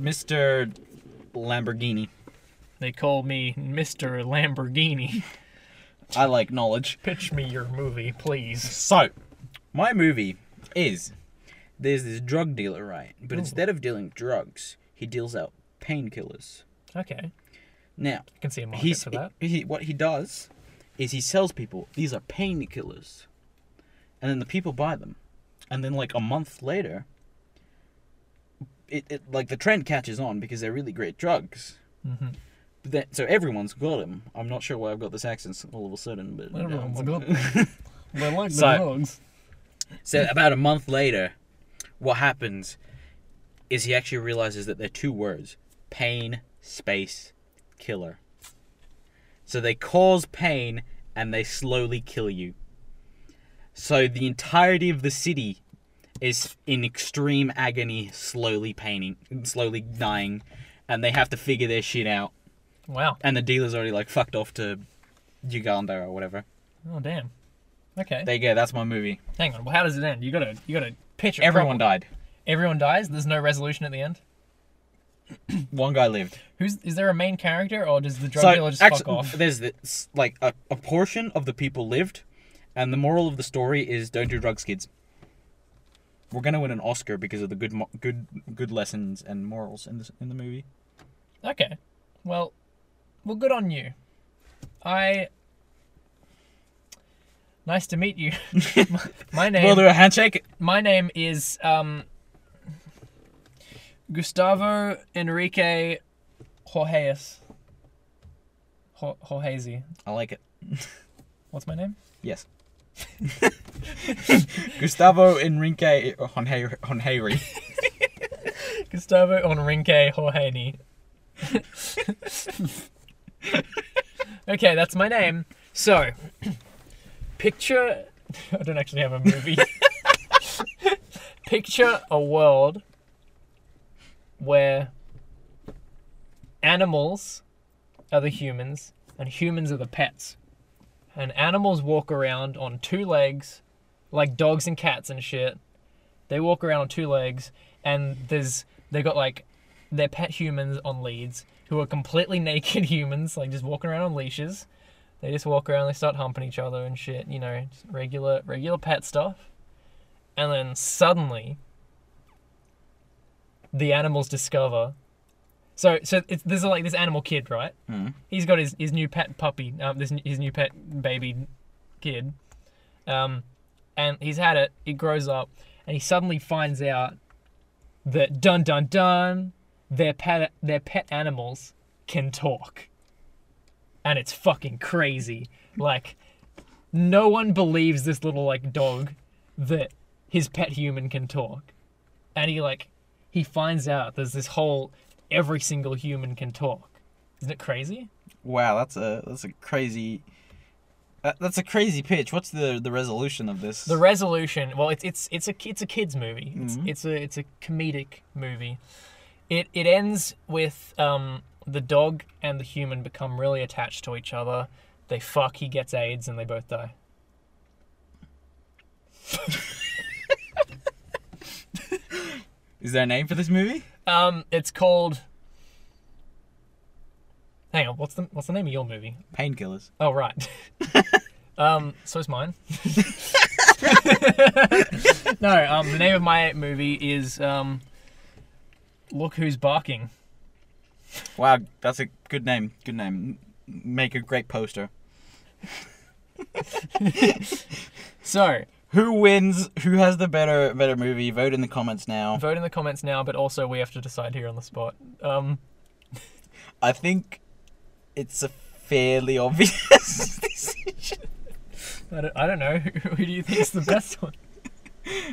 Speaker 1: Mr. Lamborghini.
Speaker 2: They call me Mr. Lamborghini.
Speaker 1: I like knowledge.
Speaker 2: Pitch me your movie, please.
Speaker 1: So, my movie is there's this drug dealer, right? But instead of dealing drugs, he deals out painkillers.
Speaker 2: Okay,
Speaker 1: Now,
Speaker 2: I can see a market
Speaker 1: he's
Speaker 2: for that.
Speaker 1: he- what he does is he sells people these are painkillers, and then the people buy them, and then like a month later, it, it like the trend catches on because they're really great drugs.
Speaker 2: Mhm.
Speaker 1: But then, so everyone's got him. I'm not sure why I've got this accent all of a sudden, but
Speaker 2: Everyone's
Speaker 3: They like
Speaker 1: So-
Speaker 3: the dogs.
Speaker 1: So about a month later, what happens is he actually realizes that they're two words: pain, space, killer. So they cause pain and they slowly kill you. So the entirety of the city is in extreme agony, slowly paining, slowly dying, and they have to figure their shit out.
Speaker 2: Wow.
Speaker 1: And the dealer's already like fucked off to Uganda or whatever.
Speaker 2: Oh damn. Okay.
Speaker 1: There you go. That's my movie.
Speaker 2: Hang on. Well, how does it end? You gotta, you gotta pitch it.
Speaker 1: Everyone
Speaker 2: properly.
Speaker 1: died.
Speaker 2: Everyone dies. There's no resolution at the end.
Speaker 1: One guy lived.
Speaker 2: Who's is there a main character or does the drug dealer just
Speaker 1: actu-
Speaker 2: fuck off?
Speaker 1: There's this, like a, a portion of the people lived, and the moral of the story is don't do drugs, kids. We're gonna win an Oscar because of the good, mo- good, good lessons and morals in this in the movie.
Speaker 2: Okay. Well, well, good on you. I. Nice to meet you. My- my name.
Speaker 1: We'll do a handshake.
Speaker 2: my name is um, Gustavo Enrique Jorgeas. Jo- Jorgesi.
Speaker 1: I like it.
Speaker 2: What's my name?
Speaker 1: Yes. Gustavo Enrique Honhe- Honheri.
Speaker 2: Gustavo Enrique Jorgeni. okay, that's my name. So, picture. I don't actually have a movie. picture a world where animals are the humans and humans are the pets. And animals walk around on two legs, like dogs and cats and shit they walk around on two legs and there's they got like their pet humans on leads who are completely naked humans like just walking around on leashes they just walk around they start humping each other and shit you know just regular regular pet stuff and then suddenly the animals discover so so it's, there's like this animal kid right mm. he's got his, his new pet puppy um, this, his new pet baby kid um, and he's had it. He grows up, and he suddenly finds out that dun dun dun, their pet their pet animals can talk, and it's fucking crazy. Like, no one believes this little like dog that his pet human can talk, and he like he finds out there's this whole every single human can talk. Isn't it crazy?
Speaker 1: Wow, that's a that's a crazy. That, that's a crazy pitch. What's the the resolution of this?
Speaker 2: The resolution. Well, it's it's it's a it's a kids movie. It's it's a it's a comedic movie. It it ends with um, the dog and the human become really attached to each other. They fuck. He gets AIDS, and they both die.
Speaker 1: is there a name for this movie?
Speaker 2: Um, it's called. Hang on. What's the what's the name of your movie?
Speaker 1: Painkillers.
Speaker 2: Oh right. um, so is mine. no, um, the name of my movie is um, Look Who's Barking.
Speaker 1: Wow, that's a good name. Good name. M- Make a great poster.
Speaker 2: So
Speaker 1: Who wins? Who has the better better movie? Vote in the comments now.
Speaker 2: vote in the comments now, but also we have to decide here on the spot. Um,
Speaker 1: I think it's a fairly obvious decision.
Speaker 2: I don't, I don't know. Who do you think is the best one?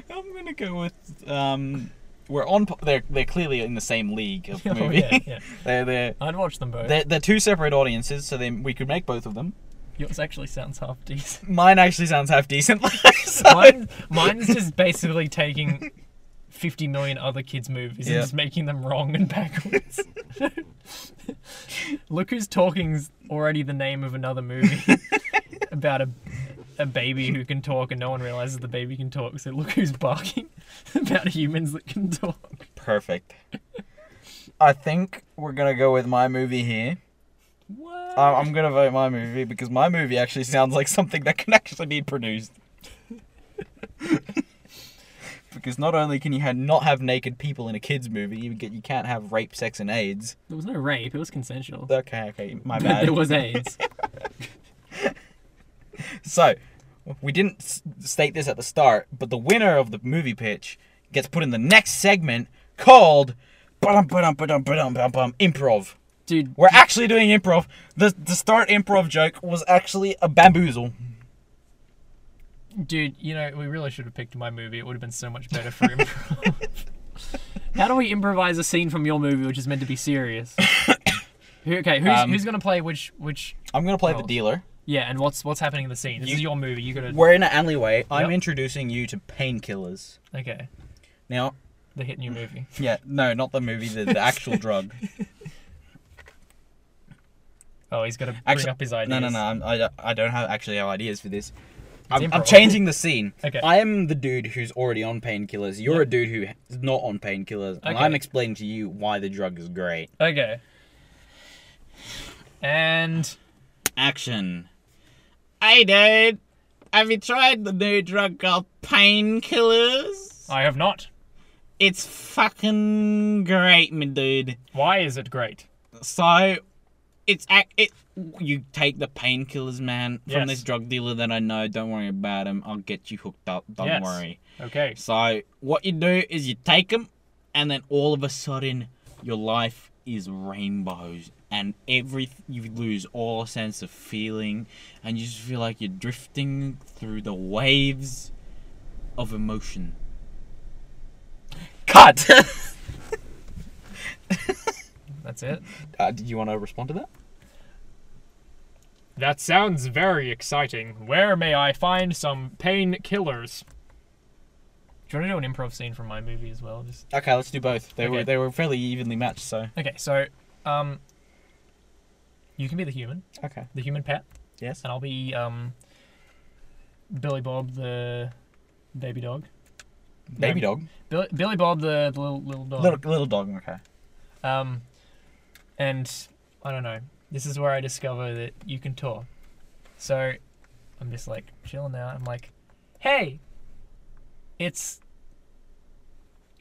Speaker 1: I'm gonna go with um. We're on. p- They're they're clearly in the same league of
Speaker 2: Oh,
Speaker 1: movie.
Speaker 2: yeah, yeah.
Speaker 1: they're they're
Speaker 2: I'd watch them both.
Speaker 1: they're they're two separate audiences, so then we could make both of them.
Speaker 2: Yours actually sounds half decent.
Speaker 1: Mine actually sounds half decent. so-
Speaker 2: Mine, mine's just basically taking 50 million other kids' movies
Speaker 1: Yeah.
Speaker 2: and just making them wrong and backwards. Look who's talking's already the name of another movie about a a baby who can talk and no one realizes the baby can talk. So look who's barking about humans that can talk.
Speaker 1: Perfect. I think we're gonna go with my movie here.
Speaker 2: What?
Speaker 1: I- Uh, I'm gonna vote my movie because my movie actually sounds like something that can actually be produced. because not only can you ha- not have naked people in a kids movie, you get you can't have rape, sex, and AIDS.
Speaker 3: There was no rape. It was consensual.
Speaker 1: Okay, okay, my
Speaker 3: But
Speaker 1: bad.
Speaker 3: there was AIDS.
Speaker 1: So, we didn't s- state this at the start, but the winner of the movie pitch gets put in the next segment called ba-dum, ba-dum, ba-dum, ba-dum, ba-dum, ba-dum, improv.
Speaker 3: Dude,
Speaker 1: We're actually doing improv. The the start improv joke was actually a bamboozle.
Speaker 2: Dude, you know, we really should have picked my movie. It would have been so much better for him.
Speaker 3: how do we improvise a scene from your movie which is meant to be serious? Who- okay, who's,
Speaker 1: Um,
Speaker 2: Who's gonna play which which
Speaker 1: I'm gonna play the
Speaker 2: Roles.
Speaker 1: dealer.
Speaker 2: yeah, and what's what's happening in the scene? This
Speaker 1: You-
Speaker 2: is your movie, you gotta
Speaker 1: We're in an alleyway. I'm
Speaker 2: Yep.
Speaker 1: introducing you to painkillers.
Speaker 2: Okay.
Speaker 1: Now,
Speaker 2: The hit new movie.
Speaker 1: yeah, no, not the movie, the, the actual drug.
Speaker 2: Oh, he's gotta bring
Speaker 1: Actually-
Speaker 2: up his ideas.
Speaker 1: No, no, no. I'm, I, I don't have actually have ideas for this. I'm, I'm
Speaker 2: improv.
Speaker 1: changing the scene.
Speaker 2: Okay.
Speaker 1: I am the dude who's already on painkillers. You're a dude who's not on painkillers, and
Speaker 2: Okay.
Speaker 1: I'm explaining to you why the drug is great.
Speaker 2: Okay. And
Speaker 1: Action.
Speaker 5: Hey, dude. Have you tried the new drug called painkillers?
Speaker 2: I have not.
Speaker 5: It's fucking great, my dude.
Speaker 2: Why is it great?
Speaker 5: So, it's ac- it. You take the painkillers, man, from
Speaker 2: Yes.
Speaker 5: this drug dealer that I know. Don't worry about him. I'll get you hooked up. Don't
Speaker 2: Yes.
Speaker 5: worry.
Speaker 2: Okay.
Speaker 5: So, what you do is you take them, and then all of a sudden, your life is rainbows, and every you lose all sense of feeling, and you just feel like you're drifting through the waves of emotion.
Speaker 1: Cut.
Speaker 2: That's it.
Speaker 1: uh, did you want to respond to that?
Speaker 2: That sounds very exciting. Where may I find some painkillers? Do you wanna do an improv scene from my movie as well? Just
Speaker 1: Okay, let's do both. They were
Speaker 2: Okay.
Speaker 1: they were fairly evenly matched, so
Speaker 2: Okay, so um, you can be the human,
Speaker 1: okay.
Speaker 2: the human pet,
Speaker 1: Yes.
Speaker 2: and I'll be um, Billy Bob the baby dog.
Speaker 1: Baby
Speaker 2: No,
Speaker 1: dog.
Speaker 2: Billy, Billy Bob the, the little little dog.
Speaker 1: Little little dog. Okay.
Speaker 2: Um, and I don't know. This is where I discover that you can talk. So I'm just like chilling out. I'm like, hey, it's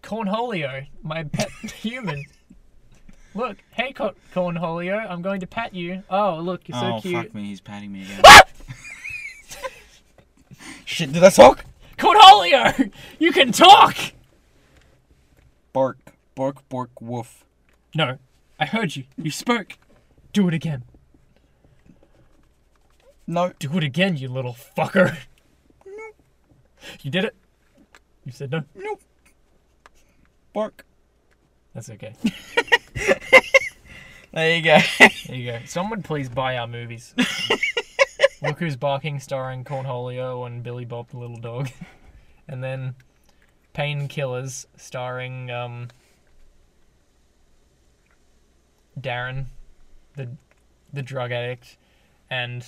Speaker 2: Cornholio, my pet human. Look, hey, Cor- Cornholio, I'm going to pat you. Oh, look, you're so
Speaker 5: oh
Speaker 2: cute.
Speaker 5: fuck me, he's patting me again.
Speaker 1: Shit. Did I talk?
Speaker 2: Cornholio, you can talk!
Speaker 5: bark, bark, bark, woof.
Speaker 2: No, I heard you. You spoke. Do it again.
Speaker 5: No.
Speaker 2: Do it again, you little fucker. You did it. You said no.
Speaker 5: Bark.
Speaker 2: That's okay.
Speaker 1: There you go.
Speaker 2: There you go. Someone please buy our movies. Look Who's Barking, starring Cornholio and Billy Bob the Little Dog. And then Painkillers, starring um, Darren, the, the drug addict, and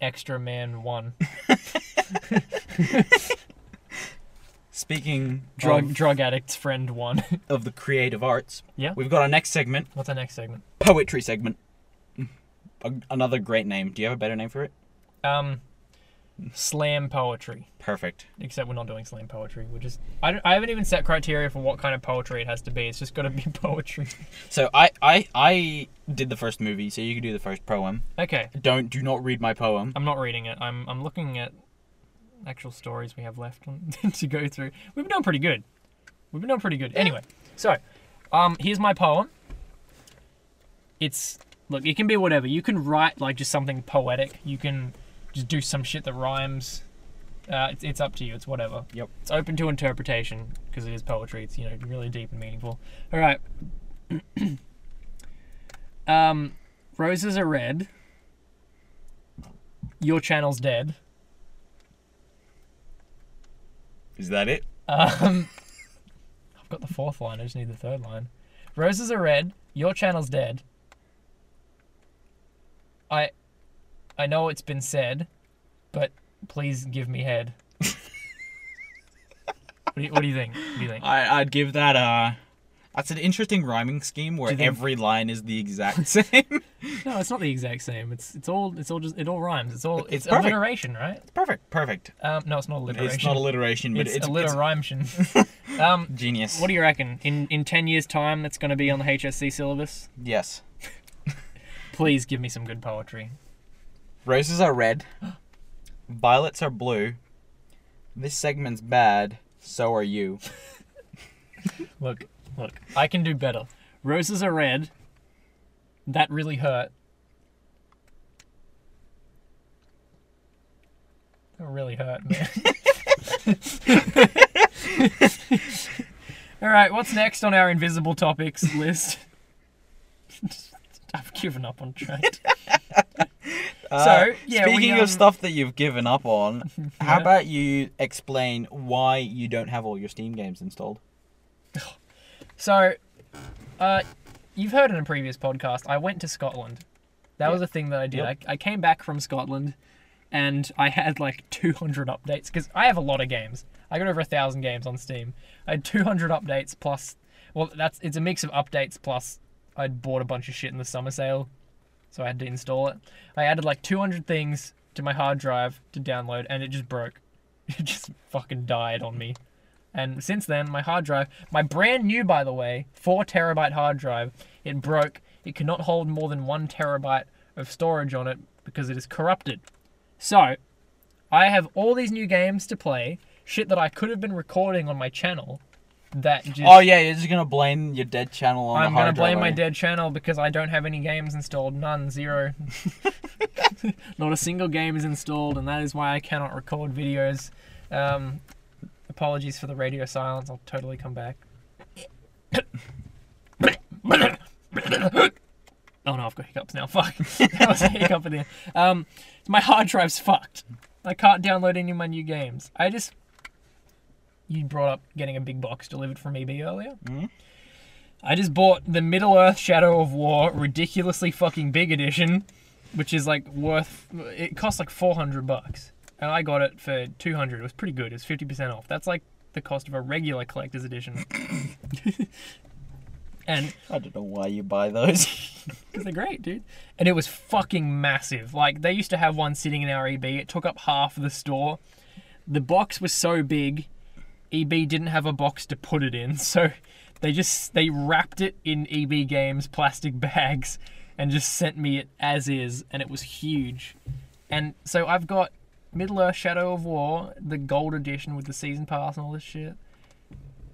Speaker 2: Extra Man 1.
Speaker 1: Speaking
Speaker 2: Drug,
Speaker 1: of,
Speaker 2: drug Addict's Friend 1.
Speaker 1: of the creative arts,
Speaker 2: Yeah.
Speaker 1: we've got our next segment,
Speaker 2: What's our next segment?
Speaker 1: poetry segment. A- another great name. Do you have a better name for it?
Speaker 2: Um, slam poetry.
Speaker 1: Perfect.
Speaker 2: Except we're not doing slam poetry. We're just I, don't, I haven't even set criteria for what kind of poetry it has to be. It's just got to be poetry.
Speaker 1: So I I I did the first movie, so you can do the first poem.
Speaker 2: Okay,
Speaker 1: Don't do not read my poem.
Speaker 2: I'm not reading it. I'm I'm looking at actual stories we have left on, to go through. We've been doing pretty good. We've been doing pretty good. Anyway, so um, here's my poem. It's look, it can be whatever. You can write like just something poetic. You can just do some shit that rhymes. Uh, it's, it's up to you. It's whatever.
Speaker 1: Yep.
Speaker 2: It's open to interpretation because it is poetry. It's you know really deep and meaningful. All right. um,
Speaker 3: Roses are red.
Speaker 2: Your channel's dead.
Speaker 5: Is that it?
Speaker 2: Um, I've got the fourth line. I just need the third line. Roses are red. Your channel's dead. I, I know it's been said, but please give me head. what, do you, what do you think? What do you think?
Speaker 1: I, I'd give that a. That's an interesting rhyming scheme where
Speaker 2: you think-
Speaker 1: every line is the exact same.
Speaker 2: No, it's not the exact same. It's it's all it's all just it all rhymes. It's all it's,
Speaker 1: It's perfect.
Speaker 2: alliteration, right?
Speaker 1: perfect, perfect.
Speaker 2: Um, no, it's not alliteration.
Speaker 1: It's not alliteration, but
Speaker 2: It's,
Speaker 1: it's, it's,
Speaker 2: alliteration. um,
Speaker 1: genius.
Speaker 2: what do you reckon? In in ten years' time, that's going to be on the HSC syllabus.
Speaker 1: Yes.
Speaker 2: Please give me some good poetry.
Speaker 1: Roses are red. Violets are blue. This segment's bad. So are you.
Speaker 2: Look, look, I can do better. Roses are red. That really hurt. That really hurt, man. All right, what's next on our invisible topics list? I've given up on trying. so, yeah, we,
Speaker 1: Uh, speaking
Speaker 2: um,
Speaker 1: of stuff that you've given up on, how about you explain why you don't have all your Steam games installed?
Speaker 2: So, uh, you've heard in a previous podcast, I went to Scotland. That was a thing that I did.
Speaker 1: Yep.
Speaker 2: I, I came back from Scotland and I had like 200 updates because I have a lot of games. I got over a thousand games on Steam. I had 200 updates plus, well, that's it's a mix of updates plus I'd bought a bunch of shit in the summer sale, so I had to install it. I added like 200 things to my hard drive to download and it just broke. It just fucking died on me. And since then, my hard drive, my brand new, by the way, 4 terabyte hard drive, it broke. It cannot hold more than 1 terabyte of storage on it because it is corrupted. So, I have all these new games to play, shit that I could have been recording on my channel that just.
Speaker 1: Oh yeah, you're just gonna blame your dead channel on
Speaker 2: I'm
Speaker 1: the
Speaker 2: gonna
Speaker 1: hard
Speaker 2: blame
Speaker 1: drive,
Speaker 2: my
Speaker 1: aren't you?
Speaker 2: dead channel because I don't have any games installed. None, zero.
Speaker 3: Not a single game is installed, and that is why I cannot record videos.
Speaker 2: Um, apologies for the radio silence. I'll totally come back. oh no, I've got hiccups now. Fuck. that was a hiccup in the end. Um, my hard drive's fucked. I can't download any of my new games. I just. You brought up getting a big box delivered from EB earlier. I just bought the Middle Earth Shadow of War ridiculously fucking big edition, which is like worth. It costs like 400 bucks. And I got it for 200. It was pretty good. It was 50% off. That's like the cost of a regular collector's edition. and
Speaker 1: I don't know why you buy those.
Speaker 2: because they're great, dude. And it was fucking massive. Like they used to have one sitting in our EB. It took up half the store. The box was so big, EB didn't have a box to put it in, so they just they wrapped it in EB Games plastic bags and just sent me it as is, and it was huge. And so I've got Middle Earth Shadow of War, the gold edition with the season pass and all this shit.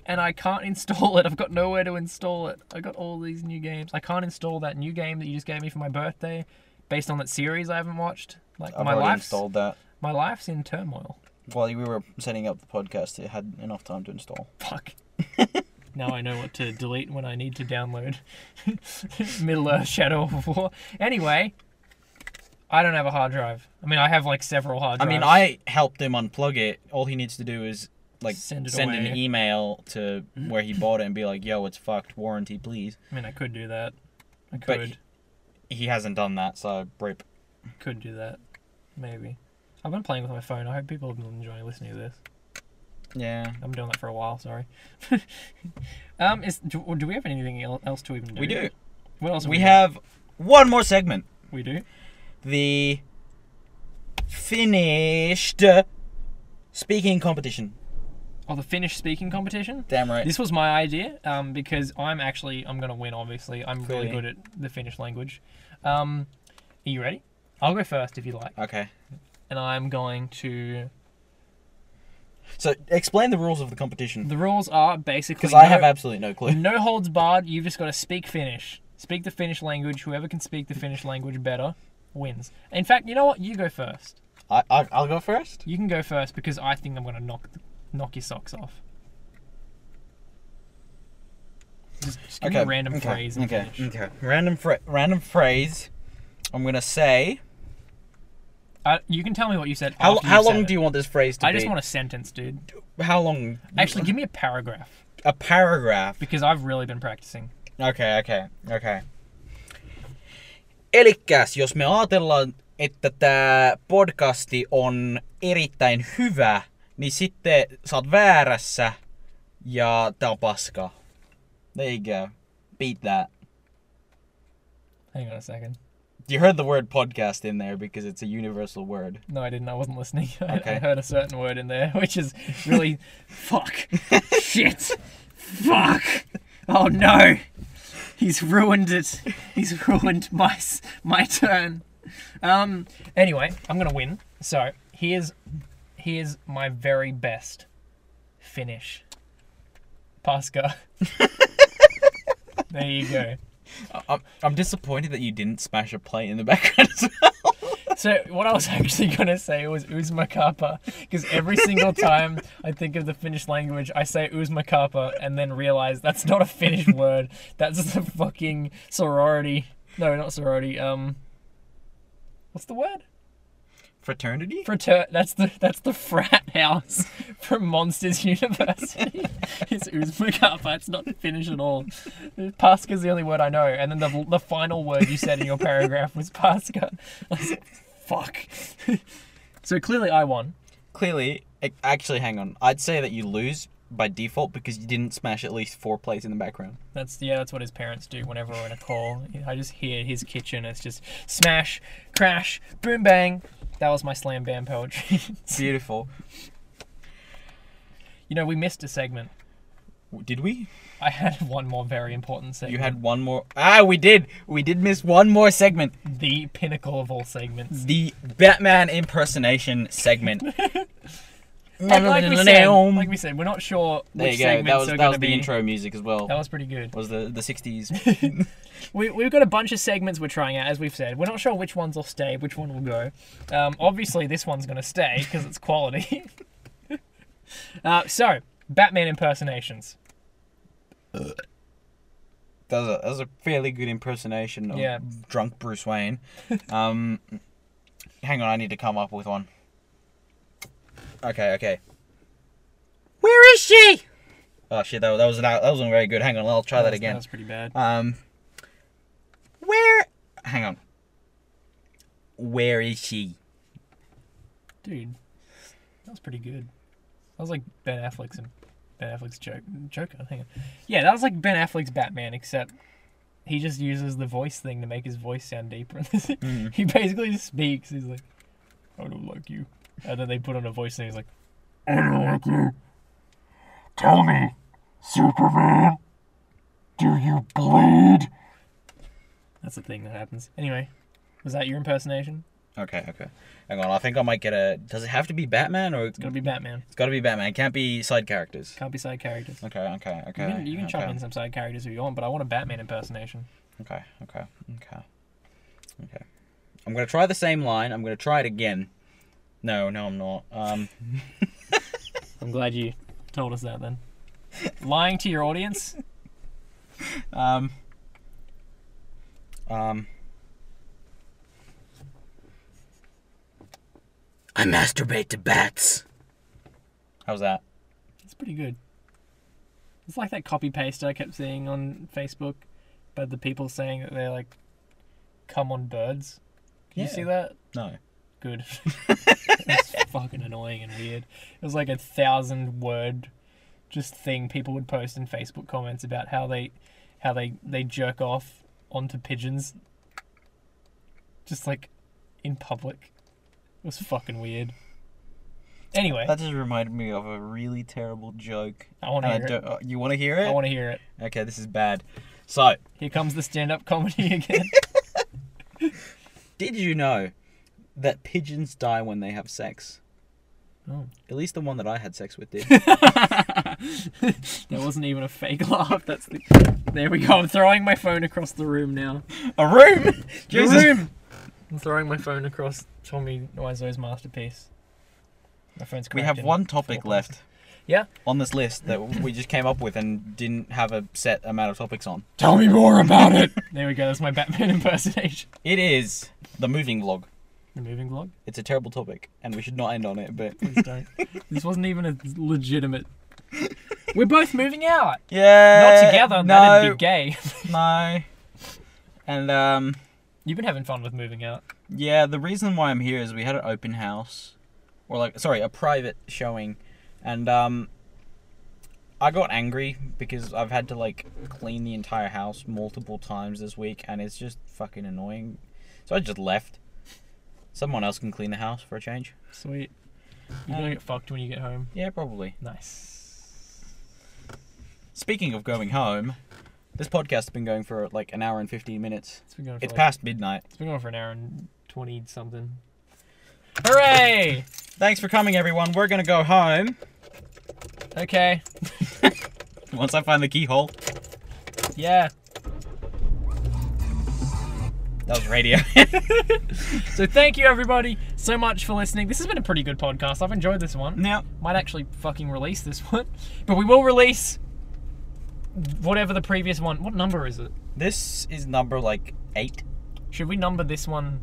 Speaker 2: And I can't install it. I've got nowhere to install it. I got all these new games. I can't install that new game that you just gave me for my birthday, based on that series I haven't watched. Like
Speaker 1: I've
Speaker 2: my
Speaker 1: already
Speaker 2: life's
Speaker 1: installed that.
Speaker 2: my life's in turmoil.
Speaker 1: While we were setting up the podcast, it had enough time to install.
Speaker 2: Fuck. now I know what to delete when I need to download Middle Earth Shadow of War. Anyway, I don't have a hard drive. I mean, I have like several hard
Speaker 1: I
Speaker 2: drives.
Speaker 1: mean, I helped him unplug it. All he needs to do is like
Speaker 2: Send
Speaker 1: send,
Speaker 2: it
Speaker 1: an
Speaker 2: away. Mm-hmm.
Speaker 1: email to where he bought it and be like, "Yo, it's fucked. Warranty, please."
Speaker 2: I mean, I could do that. I
Speaker 1: But
Speaker 2: could
Speaker 1: He hasn't done that, so rip.
Speaker 2: could do that. Maybe. I've been playing with my phone. I hope people have been enjoying listening to this.
Speaker 1: Yeah.
Speaker 2: I've been doing that for a while. Sorry. um, is do, do we have anything el- else to even do?
Speaker 1: We do.
Speaker 2: What else?
Speaker 1: We have one more segment.
Speaker 2: got? We do.
Speaker 1: The finished speaking competition.
Speaker 2: Oh, the Finnish speaking competition.
Speaker 1: Damn right.
Speaker 2: This was my idea um, because I'm actually I'm gonna win. Obviously, I'm really
Speaker 1: Clearly.
Speaker 2: good at the Finnish language. Um, are you ready? I'll go first if you like,
Speaker 1: okay.
Speaker 2: and I'm going to.
Speaker 1: So explain the rules of the competition
Speaker 2: The rules are basically
Speaker 1: because I
Speaker 2: no-
Speaker 1: have absolutely no clue.
Speaker 2: No holds barred. You've just got to speak Finnish. Speak the Finnish language. Whoever can speak the Finnish language better wins. In fact, you know what? You go first.
Speaker 1: I, I I'll go first.
Speaker 2: You can go first because I think I'm gonna knock knock your socks off. Just, just give me a random
Speaker 1: okay,
Speaker 2: phrase. In
Speaker 1: Okay.
Speaker 2: Finnish.
Speaker 1: Okay. Random fra- random phrase I'm gonna say.
Speaker 3: Uh, you can tell me what you said.
Speaker 1: How,
Speaker 3: after
Speaker 1: how
Speaker 3: you've said
Speaker 1: long
Speaker 3: it.
Speaker 1: do you want this phrase to
Speaker 3: I
Speaker 1: be?
Speaker 3: just want a sentence, dude.
Speaker 1: to. How long?
Speaker 3: Actually, give me a paragraph
Speaker 1: A paragraph.
Speaker 3: because I've really been practicing.
Speaker 1: Okay, okay, okay. Elikkäs, jos me ajatellaan, että tämä podcasti on erittäin hyvä, niin sitten sä oot väärässä ja tää on paska. There you go. Beat that.
Speaker 3: Hang on a second.
Speaker 1: You heard the word podcast in there because it's a universal word.
Speaker 3: No, I didn't. I wasn't listening. I, I
Speaker 1: Okay.
Speaker 3: heard a certain word in there, which is really fuck, shit, fuck. Oh no, he's ruined it. He's ruined my s- my turn. Um.
Speaker 2: Anyway, I'm gonna win. So here's here's my very best finish. Pasca. there you go.
Speaker 1: I'm, I'm disappointed that you didn't smash a plate in the background as well.
Speaker 2: So what I was actually gonna say was Uzmakapa, because every single time I think of the Finnish language, I say Uzmakapa and then realize that's not a Finnish word. That's the fucking sorority. No, not sorority. Um, what's the word?
Speaker 1: Fraternity?
Speaker 2: Frater. That's the that's the frat house from Monsters University. it's Uzmakapa. It's not Finnish at all. Paska's the only word I know, and then the the final word you said in your paragraph was Paska. I was like, Fuck. so clearly I won.
Speaker 1: Clearly, ac- actually, hang on. I'd say that you lose by default because you didn't smash at least four plates in the background.
Speaker 2: That's yeah. That's what his parents do whenever we're in a call. I just hear his kitchen. It's just smash, crash, boom, bang. That was my slam bam poetry.
Speaker 1: Beautiful.
Speaker 2: you know, we missed a segment.
Speaker 1: Did we?
Speaker 2: I had one more very important
Speaker 1: You
Speaker 2: segment.
Speaker 1: had one more. Ah, we did. We did miss one more segment.
Speaker 2: the pinnacle of all segments.
Speaker 1: The Batman impersonation segment. Mm.
Speaker 2: And like we said, like we said, we're not sure
Speaker 1: there
Speaker 2: which
Speaker 1: you go. That
Speaker 2: segments
Speaker 1: was
Speaker 2: are
Speaker 1: that
Speaker 2: going
Speaker 1: was
Speaker 2: to
Speaker 1: the
Speaker 2: be.
Speaker 1: intro music as well.
Speaker 2: That was pretty good.
Speaker 1: was the the 60s.
Speaker 2: We, we've got a bunch of segments we're trying out, as we've said. We're not sure which ones will stay, which one will go. Um, obviously, this one's going to stay because it's quality. uh, so, Batman impersonations.
Speaker 1: that, was a, that was a fairly good impersonation of
Speaker 2: Yeah.
Speaker 1: drunk Bruce Wayne. Um, hang on, I need to come up with one. Okay, okay. Where is she? Oh shit, that, that was that wasn't very good. Hang on, I'll try that again.
Speaker 3: That was pretty bad.
Speaker 1: Um, where? Hang on. Where is she?
Speaker 2: Dude, that was pretty good. That was like Ben Affleck's Ben Affleck's joke, Joker. Hang on. Yeah, that was like Ben Affleck's Batman, except he just uses the voice thing to make his voice sound deeper.
Speaker 1: Mm-hmm.
Speaker 2: he basically just speaks. He's like, "I don't like you," and then they put on a voice thing. He's like,
Speaker 6: I don't like you. Tell me, Superman, do you bleed?
Speaker 2: "That's the thing that happens." Anyway, was that your impersonation?
Speaker 1: Okay, okay. Hang on, I think I might get a. Does it have to be Batman or it's
Speaker 2: Gotta be Batman.
Speaker 1: got to be Batman? It can't be side characters.
Speaker 2: Can't be side characters.
Speaker 1: Okay, okay, okay.
Speaker 2: You can, you can
Speaker 1: okay,
Speaker 2: chuck in some side characters if you want, but I want a Batman impersonation.
Speaker 1: Okay, okay, okay, okay. I'm gonna try the same line. I'm gonna try it again. No, no, I'm not. Um,
Speaker 3: I'm glad you.
Speaker 2: Told us that then. Lying to your audience.
Speaker 1: um, um. I masturbate to bats. How's that?
Speaker 2: It's pretty good. It's like that copy paste I kept seeing on Facebook, but the people saying that they like come on birds. Did
Speaker 1: Yeah.
Speaker 2: you see that?
Speaker 1: No.
Speaker 2: Good. it's fucking annoying and weird. It was like a thousand word just thing people would post in Facebook comments about how they how they they jerk off onto pigeons just like in public. It was fucking weird. Anyway,
Speaker 1: That just reminded me of a really terrible joke.
Speaker 2: I want to
Speaker 1: And I
Speaker 2: hear it.
Speaker 1: don't- uh, you want to hear it?
Speaker 2: I want to hear it.
Speaker 1: Okay, this is bad. So,
Speaker 2: Here comes the stand-up comedy again.
Speaker 1: did you know that pigeons die when they have sex?
Speaker 2: Oh.
Speaker 1: At least the one that I had sex with did.
Speaker 3: That wasn't even a fake laugh. That's the. There we go. I'm throwing my phone across the room now.
Speaker 1: a room. Jesus.
Speaker 3: room.
Speaker 2: I'm throwing my phone across Tommy Wiseau's masterpiece. My phone's
Speaker 1: We
Speaker 2: cracked
Speaker 1: have
Speaker 2: in
Speaker 1: one topic
Speaker 2: four
Speaker 1: left.
Speaker 2: Yeah.
Speaker 1: on this list that we just came up with and didn't have a set amount of topics on.
Speaker 6: Tell me more about it.
Speaker 2: There we go. That's my Batman impersonation.
Speaker 1: It is the moving vlog.
Speaker 2: The moving vlog.
Speaker 1: It's a terrible topic, and we should not end on it. But
Speaker 2: Please don't. this wasn't even a legitimate. We're both moving out.
Speaker 1: yeah,
Speaker 2: Not together.
Speaker 1: Uh, No,
Speaker 2: That'd be gay.
Speaker 1: no. And um,
Speaker 2: You've been having fun with moving out.
Speaker 1: yeah, the reason why I'm here is we had an open house, or like, sorry, a private showing, and um, I got angry because I've had to like clean the entire house multiple times this week, and it's just fucking annoying. So I just left. Someone else can clean the house for a change.
Speaker 2: Sweet. You're gonna get fucked when you get home.
Speaker 1: Yeah, probably.
Speaker 2: Nice.
Speaker 1: Speaking of going home, this podcast's been going for like an hour and 15 minutes.
Speaker 2: It's been going for
Speaker 1: It's
Speaker 2: like,
Speaker 1: past midnight.
Speaker 2: It's been going for an hour and twenty something. Hooray!
Speaker 1: Thanks for coming, everyone. We're going to go home
Speaker 2: Okay.
Speaker 1: once I find the keyhole.
Speaker 2: Yeah.
Speaker 1: That was radio.
Speaker 2: So thank you everybody so much for listening. This has been a pretty good podcast. I've enjoyed this one.
Speaker 1: now,
Speaker 2: Might actually fucking release this one, but we will release whatever the previous one. What number is it?
Speaker 1: this is number like eight.
Speaker 2: Should we number this one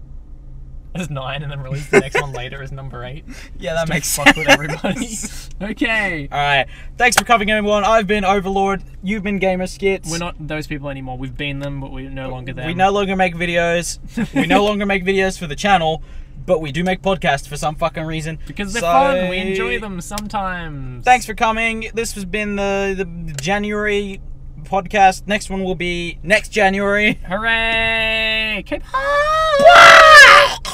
Speaker 2: as nine and then release the next one later as number eight?
Speaker 1: Yeah, that makes
Speaker 2: Fuck with everybody. okay.
Speaker 1: All right. Thanks for coming, everyone. I've been Overlord. You've been Gamer Skits.
Speaker 2: We're not those people anymore. We've been them, but we're no longer them.
Speaker 1: We no longer make videos. we no longer make videos for the channel, but we do make podcasts for some fucking reason.
Speaker 2: because they're
Speaker 1: So-
Speaker 2: fun. We enjoy them sometimes.
Speaker 1: Thanks for coming. This has been the, the January podcast. Next one will be next January.
Speaker 2: Hooray! K-pop!